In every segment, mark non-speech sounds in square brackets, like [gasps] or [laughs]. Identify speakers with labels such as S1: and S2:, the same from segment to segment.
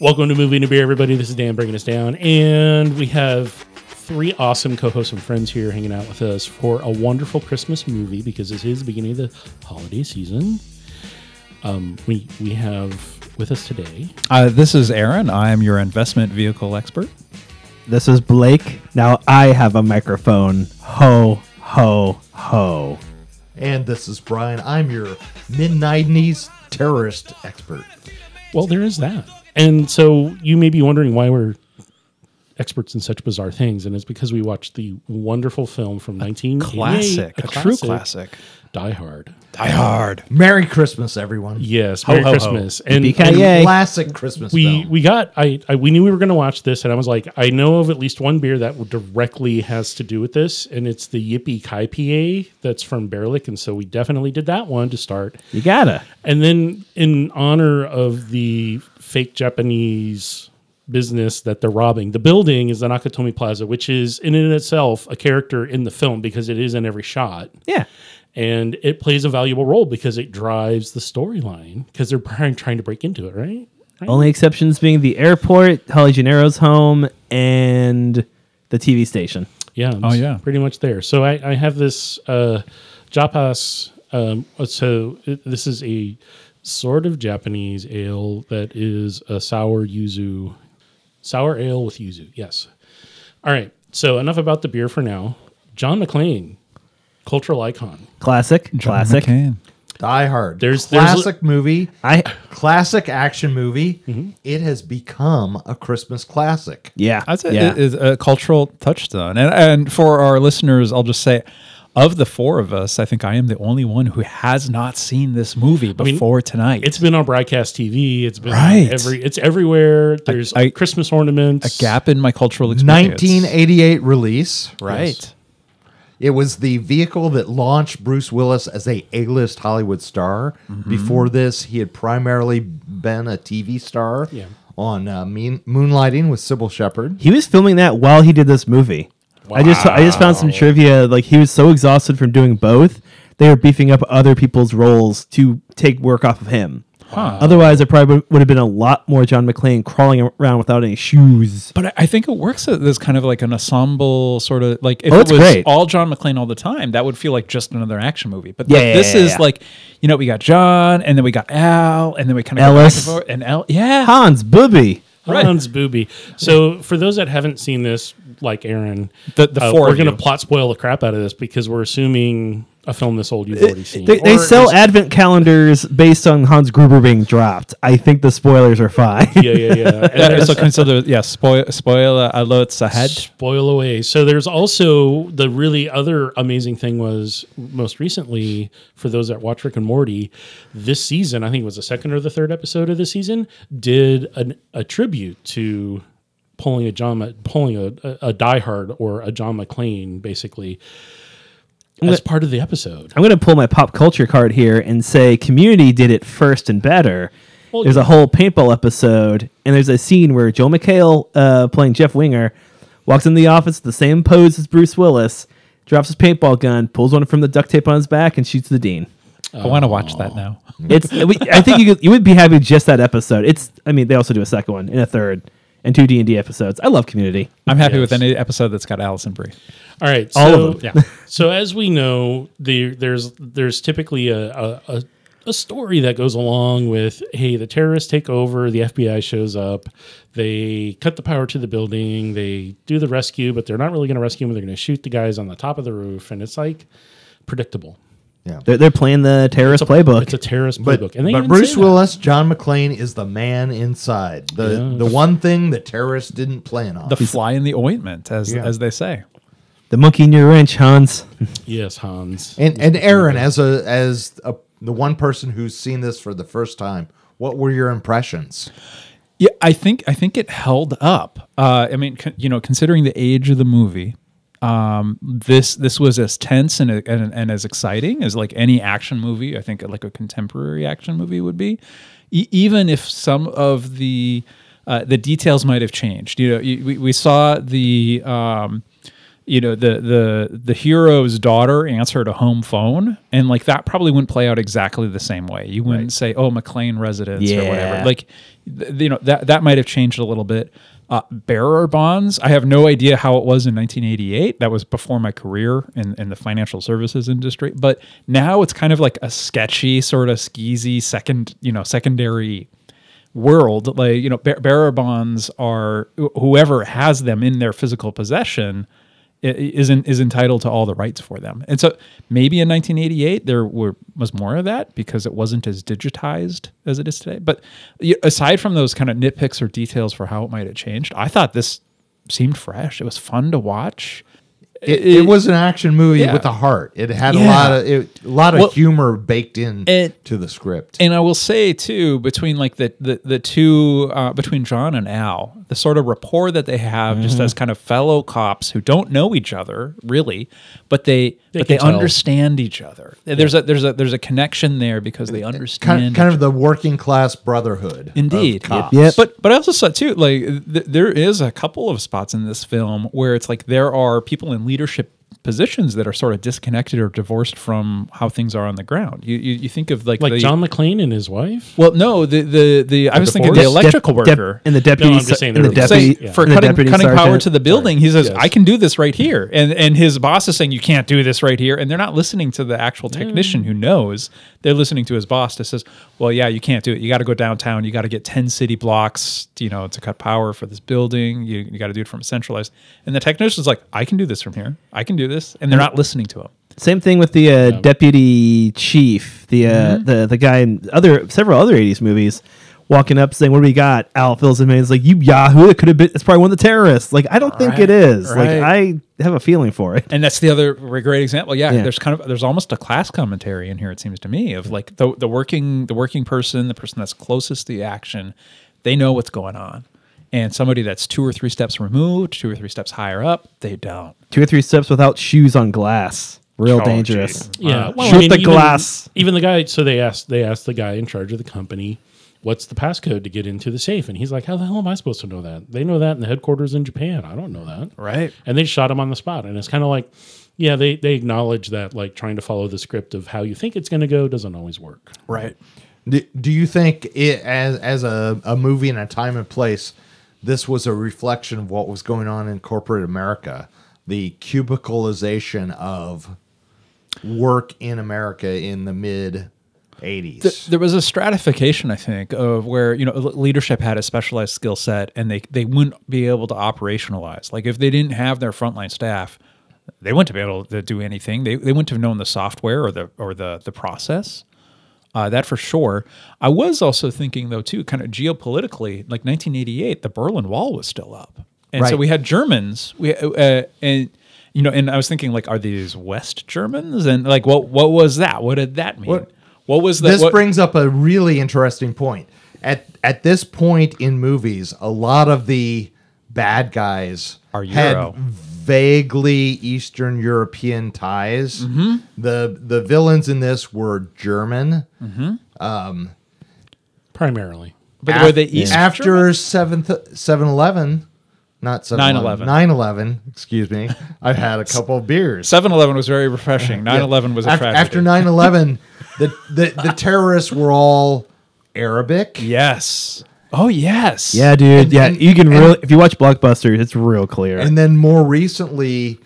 S1: Welcome to Movie and a Beer, everybody. This is Dan breaking us down, and we have three awesome co-hosts and friends here hanging out with us for a wonderful Christmas movie because this is the beginning of the holiday season. Um, we we have with us today
S2: Uh, this is Aaron. I am your investment vehicle expert.
S3: This is Blake. Now I have a microphone. Ho, ho, ho.
S4: And this is Brian. I'm your mid 90s terrorist expert.
S1: Well, there is that. And so you may be wondering why we're experts in such bizarre things, and it's because we watched the wonderful film from 1988,
S2: Classic, a, true classic.
S1: Die Hard.
S2: Die hard.
S4: Merry Christmas, everyone.
S1: Yes, Merry
S2: ho, ho.
S1: Christmas. And, and
S3: Yippee-ki-yay. Hey.
S4: Classic Christmas
S1: we
S4: film.
S1: we got I, I we knew we were going to watch this, and I was like, I know of at least one beer that directly has to do with this, and it's the Yippie Kai PA that's from Berlick, and so we definitely did that one to start.
S3: You gotta.
S1: And then, in honor of the fake Japanese business that they're robbing, the building is the Nakatomi Plaza, which is in and of itself a character in the film because it is in every shot.
S3: Yeah.
S1: And it plays a valuable role because it drives the storyline because they're [laughs] trying trying to break into it, right?
S3: Only exceptions being the airport, Holly Gennaro's home, and the TV station.
S1: Yeah.
S2: Oh,
S1: it's
S2: yeah.
S1: Pretty much there. So I, I have this uh, Japas. Um, so it, this is a sort of Japanese ale that is a sour yuzu, sour ale with yuzu. Yes. All right. So enough about the beer for now. John McClane, cultural icon.
S3: Classic. classic.
S2: McCain.
S4: Die Hard.
S1: There's- there's-
S4: classic movie,
S3: I
S4: classic action movie.
S1: Mm-hmm.
S4: It has become a Christmas classic.
S3: yeah.
S2: That's it.
S3: yeah.
S2: It is a cultural touchstone. And and for our listeners, I'll just say, of the four of us, I think I am the only one who has not seen this movie
S1: mean,
S2: before tonight.
S1: It's been on broadcast TV. It's been on
S2: Right.
S1: every. It's everywhere. There's
S2: I-
S1: Christmas ornaments.
S2: a gap in my cultural experience.
S4: 1988 release.
S2: Right.
S4: It was the vehicle that launched Bruce Willis as a A-list Hollywood star.
S1: Mm-hmm.
S4: Before this, he had primarily been a TV star
S1: Yeah.
S4: on uh, mean, Moonlighting with Sybil Shepherd.
S3: He was filming that while he did this movie. I just I just found some trivia. Like he was so exhausted from doing both, they were beefing up other people's roles to take work off of him. Otherwise, there probably would- would have been a lot more John McClane crawling around without any shoes.
S2: But I- I think it works as as kind of like an ensemble sort of like if
S3: Oh,
S2: it
S3: it's
S2: was
S3: great.
S2: all John McClane all the time, that would feel like just another action movie. But
S3: Yeah,
S2: th-
S3: yeah,
S2: this
S3: yeah,
S2: is
S3: yeah.
S2: like, you know, we got John and then we got Al and then we kind of
S3: Ellis.
S2: Go back and, forth, and Al, yeah,
S3: Hans Booby.
S2: Right.
S1: Hans Booby. So for those that haven't seen this, like Aaron,
S2: The- the
S3: Uh,
S2: four
S1: Uh, we're
S2: of
S1: gonna
S2: you.
S1: plot spoil the crap out of this because we're assuming a film this old
S2: Uh,
S1: you've already seen.
S3: They, they
S4: Or
S3: sell
S4: is-
S3: advent calendars based on Hans Gruber being dropped. I think the spoilers are fine.
S1: yeah, yeah,
S2: [laughs]
S1: yeah. And
S2: That
S1: there's-
S2: is [laughs] considered, yeah, spoil, spoiler alerts ahead.
S1: Spoil away. So there's also the really other amazing thing was most recently for those that watch Rick and Morty, this season I think it was the second or the third episode of the season did an, a tribute to pulling a John pulling a, a, a diehard or a John McClane basically as part of the episode.
S3: I'm going to pull my pop culture card here and say Community did it first and better.
S1: Well,
S3: there's a whole paintball episode, and there's a scene where Joel McHale, uh, playing Jeff Winger, walks in the office the same pose as Bruce Willis, drops his paintball gun, pulls one from the duct tape on his back, and shoots the dean.
S2: I want to watch that now.
S3: It's we, I think you could, you would be happy with just that episode. It's I mean they also do a second one and a third and two D and D episodes. I love Community.
S2: I'm happy with
S1: Yes.
S2: any episode that's got Allison Brie.
S1: All right,
S3: All
S1: so,
S3: of them.
S2: Yeah.
S1: [laughs] so as we know, the, there's there's typically a, a, a a story that goes along with hey, the terrorists take over, the FBI shows up, they cut the power to the building, they do the rescue, but they're not really going to rescue them. They're going to shoot the guys on the top of the roof, and it's like predictable.
S3: They're, they're playing the terrorist playbook.
S1: It's a terrorist
S4: But,
S1: playbook, and they
S4: but
S1: even
S4: Bruce
S1: say that.
S4: Willis, John McClane is the man inside. The the one thing the terrorists didn't plan on.
S2: The fly in the ointment, as
S4: Yeah.
S2: as they say.
S3: the monkey in your wrench, Hans.
S1: Yes, Hans.
S4: and and Aaron, as a as a, the one person who's seen this for the first time, what were your impressions?
S2: Yeah, I think I think it held up. Uh, I mean, con- you know, considering the age of the movie, um, this this was as tense and, and and as exciting as like any action movie. I think like a contemporary action movie would be, e- even if some of the uh, the details might have changed. You know, you, we, we saw the um, you know the the the hero's daughter answered a home phone and like that probably wouldn't play out exactly the same way you wouldn't say oh mclean residence or whatever
S3: Yeah.
S2: like th- you know that that might have changed a little bit uh, bearer bonds i have no idea how it was in 1988 that was before my career in, in the financial services industry but now it's kind of like a sketchy sort of skeezy second you know secondary world like you know bear- bearer bonds are wh- whoever has them in their physical possession i- i- is in, is entitled to all the rights for them and so maybe in 1988 there were was more of that because it wasn't as digitized as it is today but y- aside from those kind of nitpicks or details for how it might have changed i thought this seemed fresh it was fun to watch
S4: It, it was an action movie
S2: Yeah.
S4: with a heart. It had a
S2: Yeah.
S4: lot of it, a lot of
S2: Well,
S4: humor baked in
S2: it-
S4: to the script.
S2: And I will say too, between like the the, the two uh, between John and Al, the sort of rapport that they have, just as kind of fellow cops who don't know each other really, but they, but
S1: can
S2: they
S1: tell.
S2: understand each other. There's a there's a there's a connection there because they understand.
S4: kind,
S2: each
S4: kind of the working class brotherhood.
S2: Indeed,
S4: cops.
S3: Yep.
S2: But but I also saw too, like th- there is a couple of spots in this film where it's like there are people in leadership positions that are sort of disconnected or divorced from how things are on the ground. You you, you think of like
S1: Like
S2: the,
S1: John McClane and his wife.
S2: Well, no, the the the I was thinking the
S1: divorce?
S2: electrical
S3: Dep- dep-
S2: worker.
S3: and the deputy,
S1: No, I'm
S3: se-
S1: just saying
S3: and the
S1: they're divorced.
S3: deputy
S2: Say, for
S3: and the
S2: cutting,
S3: deputy
S2: cutting power
S3: sergeant.
S2: to the building, he says,
S1: Yes.
S2: "I can do this right here," and and his boss is saying, "You can't do this right here," and they're not listening to the actual technician who knows. They're listening to his boss that says, "Well, yeah, you can't do it. You got to go downtown. You got to get ten city blocks, you know, to cut power for this building. You, you got to do it from centralized." And the technician's like, "I can do this from here. I can do this," and they're not listening to him.
S3: Same thing with the uh, deputy chief, the uh,
S1: Mm-hmm.
S3: the the guy in other several other '80s movies, walking up saying, "What do we got?" Al fills him in. He's like, "You Yahoo! It could have been. It's probably one of the terrorists." Like, I don't think it is.
S2: right.
S3: Like, I have a feeling for it.
S2: and that's the other re- great example. Yeah,
S3: Yeah.
S2: there's kind of there's almost a class commentary in here. It seems to me of like the the working the working person, the person that's closest to the action, they know what's going on, and somebody that's two or three steps removed, two or three steps higher up, they don't.
S3: Two or three steps without shoes on glass. Real dangerous.
S1: Yeah, well,
S3: Uh, shoot the
S1: even-
S3: glass.
S1: Even the guy. So they asked. They asked the guy in charge of the company, "What's the passcode to get into the safe?" And he's like, "How the hell am I supposed to know that? They know that in the headquarters in Japan. I don't know that."
S2: Right.
S1: And they shot him on the spot. And it's kind of like, yeah, they they acknowledge that like trying to follow the script of how you think it's going to go doesn't always work.
S2: Right.
S4: Do, do you think it as as a, a movie in a time and place, this was a reflection of what was going on in corporate America, the cubicalization of work in America in the mid
S2: Th-
S4: '80s?
S2: there was a stratification, I think, of where you know l- leadership had a specialized skill set, and they they wouldn't be able to operationalize. Like if they didn't have their frontline staff, they wouldn't be able to do anything. They they wouldn't have known the software or the or the the process. Uh, that for sure. I was also thinking though too, kind of geopolitically, like 1988, the Berlin Wall was still up, and so
S4: Right.
S2: we had Germans. We uh, and you know, and I was thinking like, are these West Germans? And like, what what was that? What did that mean? What,
S4: What-
S2: was the,
S4: This
S2: what-
S4: brings up a really interesting point. At at this point in movies, a lot of the bad guys
S2: Are Euro.
S4: vaguely Eastern European ties.
S2: Mm-hmm.
S4: The the villains in this were German.
S1: Primarily,
S2: But
S4: Af-
S2: were they East German?
S4: after seventh seven eleven, not seven
S2: 9/11.
S4: nine eleven. Excuse
S2: [laughs]
S4: me, I've had a couple of beers.
S2: 7-Eleven was very refreshing. 9-11 was a
S4: after,
S2: tragedy.
S4: after
S2: [laughs]
S4: 9-11, the, the the terrorists were all Arabic.
S2: yes. Oh yes.
S3: Yeah, dude. yeah,
S4: and-
S3: you can
S4: and-
S3: really if you watch Blockbuster, it's real clear.
S4: And then more recently,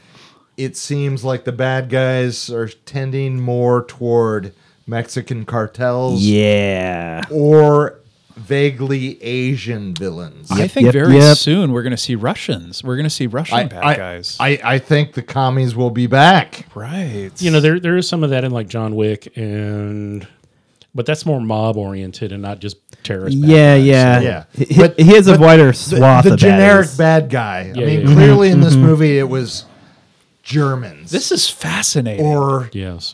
S4: it seems like the bad guys are tending more toward Mexican cartels
S3: yeah,
S4: or vaguely Asian villains.
S2: I think
S3: yep,
S2: very
S3: yep.
S2: soon we're going to see Russians. We're going to see Russian
S4: I,
S2: bad
S4: I-
S2: guys.
S4: I, I think the commies will be back.
S2: right.
S1: you know, there there is some of that in like John Wick and. But that's more mob oriented and not just terrorist. bad
S3: yeah,
S1: guys.
S3: yeah,
S4: Yeah.
S3: He,
S4: But-
S3: he has a wider
S4: The,
S3: swath.
S4: the
S3: of
S4: generic
S3: baddies. Mm-hmm.
S4: bad guy.
S1: Yeah,
S4: I mean,
S1: yeah, yeah.
S4: clearly in this movie, it was Germans.
S2: this is fascinating.
S4: or
S1: Yes.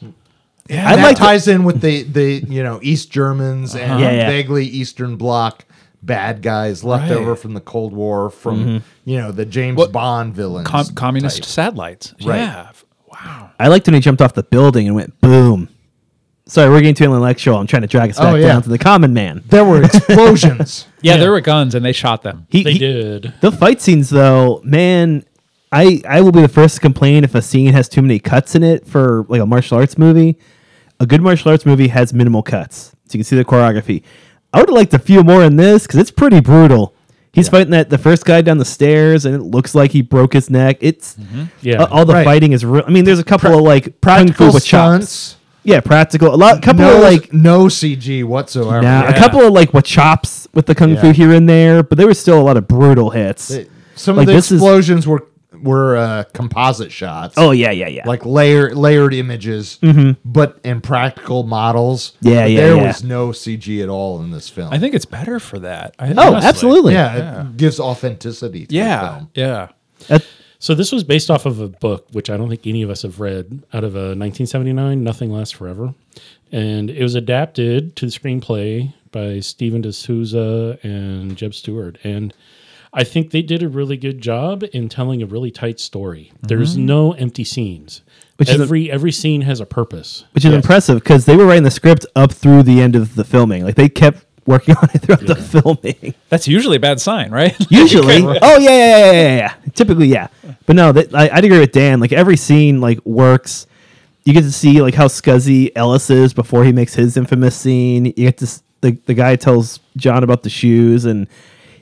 S2: yeah,
S4: i that
S3: like to-
S4: ties in with the the you know East Germans and
S3: Yeah, yeah.
S4: vaguely Eastern Bloc bad guys left
S2: Right.
S4: over from the Cold War from
S3: Mm-hmm.
S4: you know the James
S2: What-
S4: Bond villains.
S2: com- communist satellites.
S4: Right.
S2: Yeah. Wow.
S3: I liked when he jumped off the building and went boom. Sorry, we're getting too intellectual. I'm trying to drag us back
S4: Oh, yeah.
S3: down to the common man.
S4: there were explosions.
S3: [laughs]
S2: Yeah, there were guns and they shot them.
S3: He,
S1: They
S3: he-
S1: did.
S3: The fight scenes, though, man, I I will be the first to complain if a scene has too many cuts in it for like a martial arts movie. A good martial arts movie has minimal cuts, so you can see the choreography. I would have liked a few more in this because it's pretty brutal. He's fighting that the first guy down the stairs, and it looks like he broke his neck. It's
S1: Yeah.
S3: uh, all the
S4: Mm-hmm. Right.
S3: fighting is real. I mean, there's a couple of like practical
S4: Practical
S3: with chops.
S4: stunts.
S3: Yeah, practical. A lot, couple
S4: No,
S3: of like
S4: like no CG whatsoever.
S3: now, a
S2: Yeah.
S3: couple of like what chops with the kung fu
S4: Yeah.
S3: here and there, but there was still a lot of brutal hits.
S4: Some
S3: Like,
S4: of the
S3: this is-
S4: explosions were were uh, composite shots.
S3: oh yeah, yeah, yeah.
S4: like layer layered images, but in practical models.
S3: Yeah,
S4: But
S3: yeah,
S4: There
S3: yeah.
S4: was no CG at all in this film.
S2: I think it's better for that. I,
S3: oh,
S2: honestly.
S3: absolutely.
S4: yeah, it gives authenticity. To the
S2: Yeah.
S4: film.
S2: Yeah.
S3: That-
S1: So this was based off of a book, which I don't think any of us have read, out of a 1979, Nothing Lasts Forever, and it was adapted to the screenplay by Stephen D'Souza and Jeb Stewart, and I think they did a really good job in telling a really tight story. There's no empty scenes.
S3: Mm-hmm. Which is a-
S1: every every scene has a purpose.
S3: which is impressive because they were writing the script up through the end of the filming. Like they kept working [laughs] on it throughout the [laughs] filming.
S2: That's usually a bad
S3: [laughs]
S2: sign, right?
S3: Usually, oh yeah, yeah, yeah, yeah, yeah, yeah. Typically, yeah. But no, that, I, I'd agree with Dan. Like every scene, like works. You get to see like how scuzzy Ellis is before he makes his infamous scene. You get to s- the the guy tells John about the shoes, and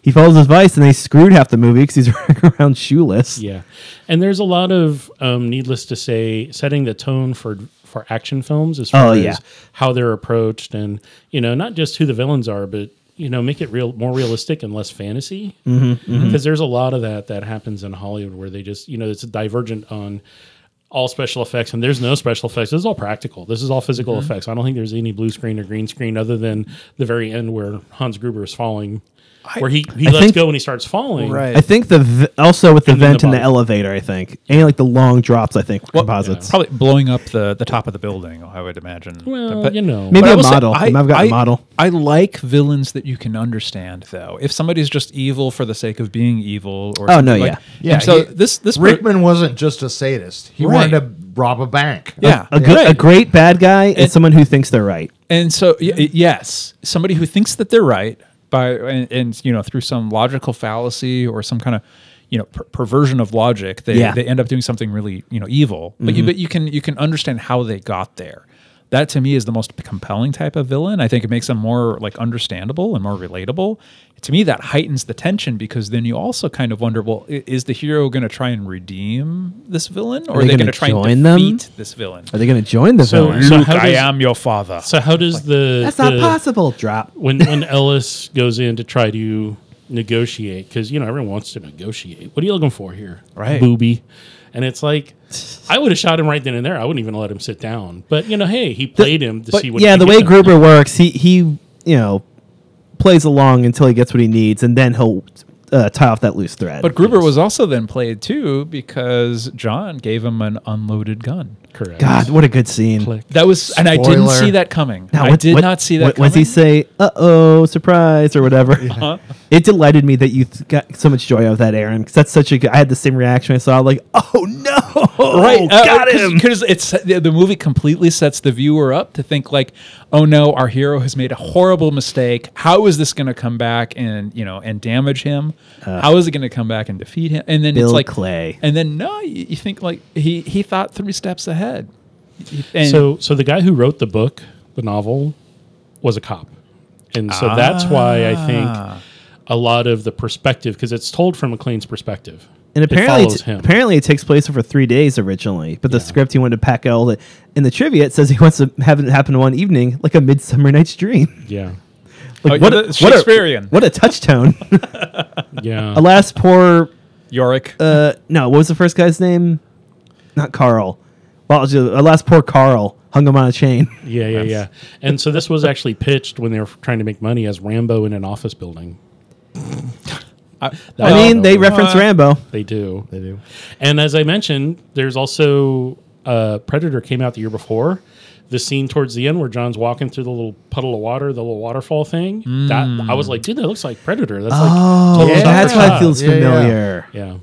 S3: he follows his advice, and they screwed half the movie because he's [laughs] running around shoeless.
S1: Yeah, and there's a lot of, um, needless to say, setting the tone for for action films as far
S3: Oh, yeah.
S1: as how they're approached, and you know, not just who the villains are, but you know, make it real, more realistic and less fantasy. Because
S3: Mm-hmm,
S1: there's a lot of that that happens in Hollywood where they just, you know, it's divergent on all special effects and there's no special effects this is all practical this is all physical
S3: Mm-hmm.
S1: effects i don't think there's any blue screen or green screen other than the very end where hans gruber is falling where he, he lets
S3: think-
S1: go and he starts falling
S3: I think the v- also with the
S1: And then
S3: vent
S1: the
S3: and the
S1: bottom.
S3: elevator. I think and like the long drops. I think were composites.
S2: Probably blowing up the, the top of the building, I would imagine.
S1: well you know
S3: Maybe
S2: But I
S3: a
S2: will say,
S3: model. They might have got a model.
S2: I like villains that you can understand, though. If somebody's just evil for the sake of being evil, or
S3: Oh,
S2: something
S3: no,
S2: like-
S3: yeah.
S2: And
S4: Yeah,
S2: so
S4: he-
S2: this this per-
S4: Rickman wasn't just a sadist. He
S2: Right.
S4: wanted to rob a bank.
S2: yeah,
S3: A good, a great bad guy
S2: And-
S3: is someone who thinks they're right.
S2: And so, y- yes, somebody who thinks that they're right by and, and you know through some logical fallacy or some kind of you know per- perversion of logic, they,
S3: Yeah.
S2: they end up doing something really you know evil. But you but you can you can understand how they got there. That to me is the most compelling type of villain. I think it makes them more like understandable and more relatable. To me, that heightens the tension because then you also kind of wonder, well, i- is the hero going to try and redeem this villain, or are
S3: they
S2: they,
S3: gonna
S2: going to try and
S3: join them?
S2: defeat this villain?
S3: Are they going to join the
S1: So-
S3: villain?
S1: so
S2: Luke,
S1: how
S2: I
S1: does-
S2: am your father.
S1: So how does the
S3: That's not
S1: the-
S3: possible. Drop.
S1: when when [laughs] Ellis goes in to try to negotiate because you know everyone wants to negotiate. What are you looking for here,
S2: Right.
S1: booby? And it's like I would have shot him right then and there. I wouldn't even let him sit down. But you know, hey, he played him to
S3: But
S1: see what.
S3: yeah,
S1: he
S3: the
S1: could
S3: way
S1: get done.
S3: Gruber works, he he you know plays along until he gets what he needs, and then he'll uh, tie off that loose thread.
S2: But Gruber was also then played too because John gave him an unloaded gun.
S1: correct.
S3: God, what a good scene!
S2: That was, and I didn't
S4: Spoiler.
S2: see that coming.
S3: Now,
S2: I
S3: what-
S2: did
S3: what-
S2: not see that.
S3: What, once he
S2: coming.
S3: say, "Uh oh, surprise" or whatever, [laughs] it delighted me that you th- got so much joy out of that, Aaron. Because that's such a good. I had the same reaction. I saw like, [laughs] "Oh no,
S2: Right, uh,
S3: got
S2: cause,
S3: him."
S2: 'cause it's the, the movie completely sets the viewer up to think like, oh no, our hero has made a horrible mistake. How is this going to come back and you know and damage him? How is it going to come back and defeat him? And then
S3: Bill
S2: it's like
S3: Clay.
S2: And then no, you, you think like he he thought three steps ahead. And
S1: So so the guy who wrote the book, the novel, was a cop, and so that's why I
S3: Ah.
S1: think a lot of the perspective because it's told from McLean's perspective.
S3: And
S1: It
S3: apparently,
S1: follows
S3: it
S1: him.
S3: apparently it takes place over three days originally. But the script he wanted to pack out all the. In the trivia, it says he wants to have it happen one evening, like a Midsummer Night's Dream. [laughs]
S1: yeah,
S3: Like
S2: Oh,
S3: what,
S2: yeah,
S3: a,
S2: that's
S3: what a-
S2: Shakespearean.
S3: What a touchstone!
S1: yeah.
S3: Alas, poor.
S2: Yorick,
S3: Uh, no, what was the first guy's name? Not Carl. Well, it was, uh, alas, poor Carl hung him on a
S2: [laughs]
S3: chain.
S1: Yeah, yeah, yeah. And so this was actually pitched when they were trying to make money as Rambo in an office building.
S3: I mean, they
S1: no.
S3: reference
S2: Uh,
S3: Rambo.
S1: They do. They do. And as I mentioned, there's also uh, Predator came out the year before. The scene towards the end where John's walking through the little puddle of water, the little waterfall thing. That I was like, dude, that looks like Predator. That's like
S3: Oh,
S1: total
S4: yeah.
S1: shot for
S3: that's why it
S1: shot.
S3: feels
S4: Yeah, yeah.
S3: familiar.
S1: Yeah.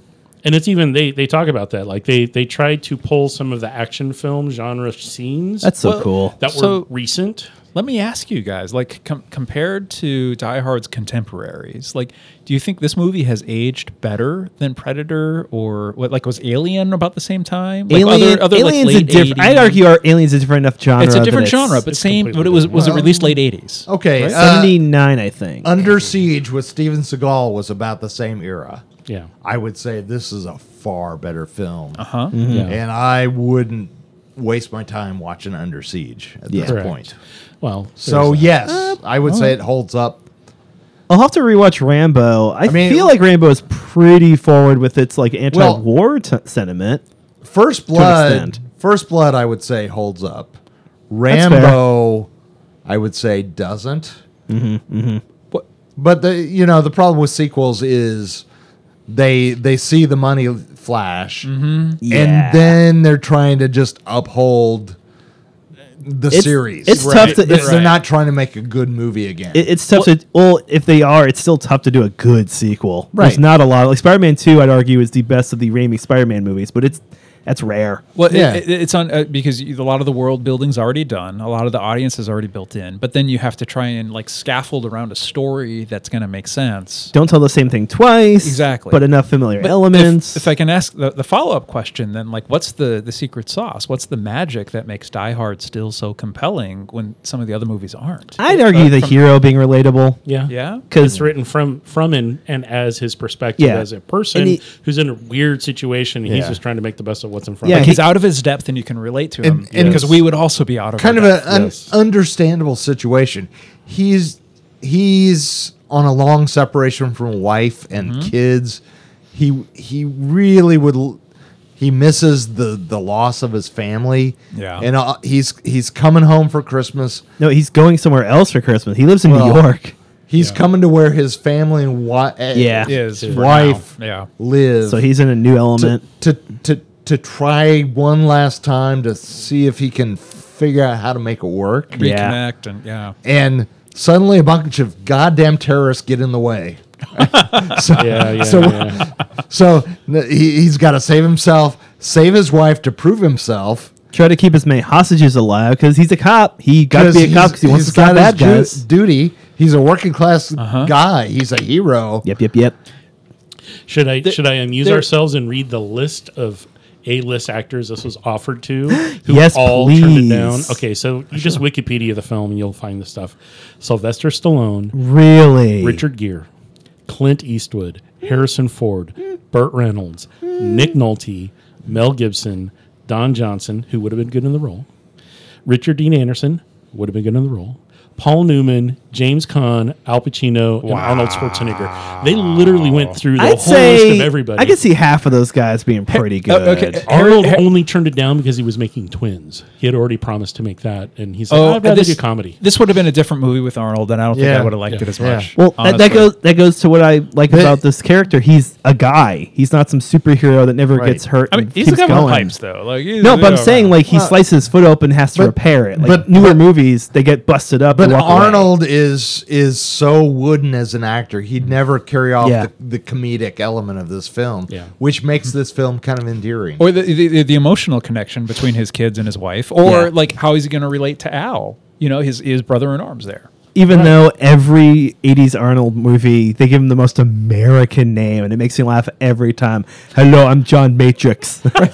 S1: and it's even they they talk about that like they they tried to pull some of the action film genre scenes
S3: That's so
S2: Well,
S3: cool.
S1: that
S2: so-
S1: were recent.
S2: Let me ask you guys, like com- compared to Die Hard's contemporaries, like do you think this movie has aged better than Predator or what? Like was Alien about the same time? Like
S3: Alien, Aliens a different. I'd
S2: 80s?
S3: argue our Aliens a different enough genre.
S2: it's a
S3: than
S2: different genre, but
S1: it's
S2: same.
S1: completely
S2: But it was was it
S4: different.
S2: released late eighties?
S4: Okay, uh,
S3: Seventy nine, I think.
S4: Under Siege with Steven Seagal was about the same era.
S1: Yeah.
S4: I would say this is a far better film.
S2: Huh?
S3: Hmm.
S1: Yeah.
S4: And I wouldn't waste my time watching Under Siege at this
S1: Correct.
S4: point.
S1: Well,
S4: So,
S1: there's
S4: yes, I would say it holds up.
S3: I'll have to rewatch Rambo. I,
S4: mean-
S3: feel like Rambo is pretty forward with its like anti-war t- sentiment.
S4: First Blood,
S3: extent.
S4: First Blood, I would say holds up.
S3: That's fair.
S4: Rambo, I would say doesn't.
S3: Mm-hmm,
S2: What?
S4: But the you know the problem with sequels is they they see the money flash
S3: Mm-hmm. Yeah.
S4: and then they're trying to just uphold the
S3: It's-
S4: series.
S3: it's Right. tough to-
S4: They're-
S3: it's-
S4: they're not trying to make a good movie again.
S3: It, it's tough to. Well, if they are, it's still tough to do a good sequel.
S4: Right.
S3: There's not a lot. Like Spider-Man Two, I'd argue is the best of the Raimi Spider-Man movies, but it's that's rare.
S2: Well, it-
S4: Yeah.
S2: it, it's on uh, because you, a lot of the world building's already done. A lot of the audience is already built in, but then you have to try and like scaffold around a story that's going to make sense.
S3: Don't tell the same thing twice.
S2: Exactly.
S3: But enough familiar
S2: But
S3: elements.
S2: If, if I can ask the, the follow up question, then like, what's the the secret sauce? What's the magic that makes Die Hard still so compelling when some of the other movies aren't?
S3: I'd argue the hero being relatable.
S1: Yeah.
S2: Yeah?
S1: It's written from from and and as his perspective
S3: Yeah.
S1: as a person
S3: And he-
S1: who's in a weird situation. and He's
S4: Yeah.
S1: just trying to make the best of what's in front
S3: Yeah,
S1: of
S2: Like
S1: him.
S2: he's out of his depth, and you can relate to him
S4: And- and-
S2: because we would also be out of
S4: kind
S2: our
S4: of an
S2: depth.
S4: un-
S1: yes.
S4: understandable situation. He's he's on a long separation from wife and
S2: Mm-hmm.
S4: kids. He he really would l- he misses the the loss of his family.
S2: Yeah.
S4: and uh, he's he's coming home for Christmas.
S3: No, he's going somewhere else for Christmas. He lives in New
S4: Well,
S3: York.
S4: He's coming to where his family and wi- eh,
S3: Yeah.
S2: Is for
S4: wife
S2: now. Yeah.
S4: live.
S3: So he's in a new
S4: to,
S3: element.
S4: to to to try one last time to see if he can figure out how to make it work.
S3: Yeah.
S2: reconnect, and yeah.
S4: and suddenly a bunch of goddamn terrorists get in
S1: [laughs]
S4: the way.
S3: [laughs]
S1: yeah, yeah,
S4: So-
S1: yeah.
S4: So n- he, he's got to save himself, save his wife to prove himself.
S3: Try to keep as many hostages alive because he's a cop. He got to be a cop because he wants to
S4: he's
S3: stop
S4: got
S3: bad
S4: his ju-
S3: guys.
S4: duty. He's a working class
S1: Uh-huh.
S4: guy. He's a hero.
S3: yep, yep, yep.
S1: Should I should I amuse
S2: there-
S1: ourselves and read the list of A list actors this was offered
S3: [gasps]
S1: to who
S3: Yes,
S1: all turned it down?
S3: please.
S1: Okay, so you just Wikipedia the film and you'll find the stuff. Sylvester Stallone,
S3: Really,
S1: Richard Gere, Clint Eastwood, Harrison Ford, Burt Reynolds, Nick Nolte, Mel Gibson, Don Johnson, who would have been good in the role, Richard Dean Anderson would have been good in the role, Paul Newman, James Caan, Al Pacino, and Arnold Schwarzenegger. They literally went through the
S3: I'd
S1: whole
S3: say
S1: list of everybody.
S3: I could see half of those guys being pretty good.
S2: Oh, okay.
S1: Arnold only turned it down because he was making twins. He had already promised to make that, and he's like,
S2: Oh,
S1: "I'd rather
S2: this,
S1: do comedy."
S3: Um,
S2: This would have been a different movie with Arnold, and I don't think
S4: Yeah.
S2: I would have liked
S1: Yeah.
S2: it as
S4: Yeah.
S2: much.
S3: Well, that, that
S2: honestly.
S3: goes that goes to what I like
S4: But-
S3: about this character. He's a guy. He's not some superhero that never
S4: Right.
S3: gets hurt.
S2: I mean,
S3: and
S2: he's the
S3: keeps
S2: guy with the
S3: going.
S2: pipes, though. Like, he's-
S3: No, but I'm
S2: yeah,
S3: saying like he
S4: Well-
S3: slices his foot open, has to
S4: But-
S3: repair it. Like
S4: but-
S3: newer
S4: but-
S3: movies, they get busted up.
S4: But
S3: and walk away.
S4: Arnold is is so wooden as an actor. He'd never carry off
S3: Yeah.
S4: the, the comedic element of this film,
S1: Yeah.
S4: which makes this film kind of endearing.
S2: or the, the the- the emotional connection between his kids and his wife, or
S3: Yeah.
S2: like how is he going to relate to Al? You know, his his brother in arms there.
S3: even though every 80s Arnold movie, they give him the most American name and it makes me laugh every time. Hello, I'm John Matrix. [laughs]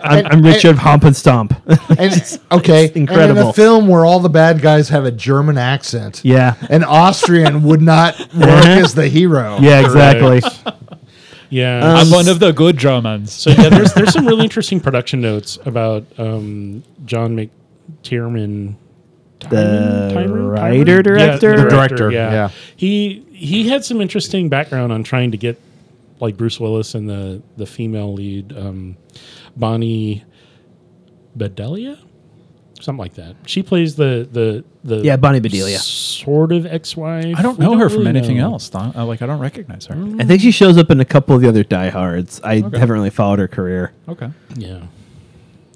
S3: I'm, I'm Richard Hompenstomp.
S4: and okay,
S3: it's incredible.
S4: And in a film where all the bad guys have a German accent,
S3: [laughs] Yeah.
S4: an Austrian would not work as the hero.
S3: yeah, exactly.
S1: Yeah,
S2: I'm one of the good Germans.
S1: So yeah, there's there's some really interesting production notes about um, John McTiernan,
S3: The
S1: Tyron?
S3: Uh,
S1: Tyron?
S3: writer, director?
S1: yeah,
S4: The director,
S1: Yeah.
S4: yeah.
S1: he he had some interesting background on trying to get like Bruce Willis and the the female lead um, Bonnie Bedelia, something like that. She plays the the the
S3: yeah, Bonnie Bedelia.
S1: sort of ex-wife.
S2: I don't
S1: We
S2: know her from
S1: really
S2: anything
S1: know. Mm-hmm.
S2: else. Don. I, like I don't recognize her.
S3: I think she shows up in a couple of the other diehards. I haven't really followed her career.
S2: Okay.
S1: Yeah.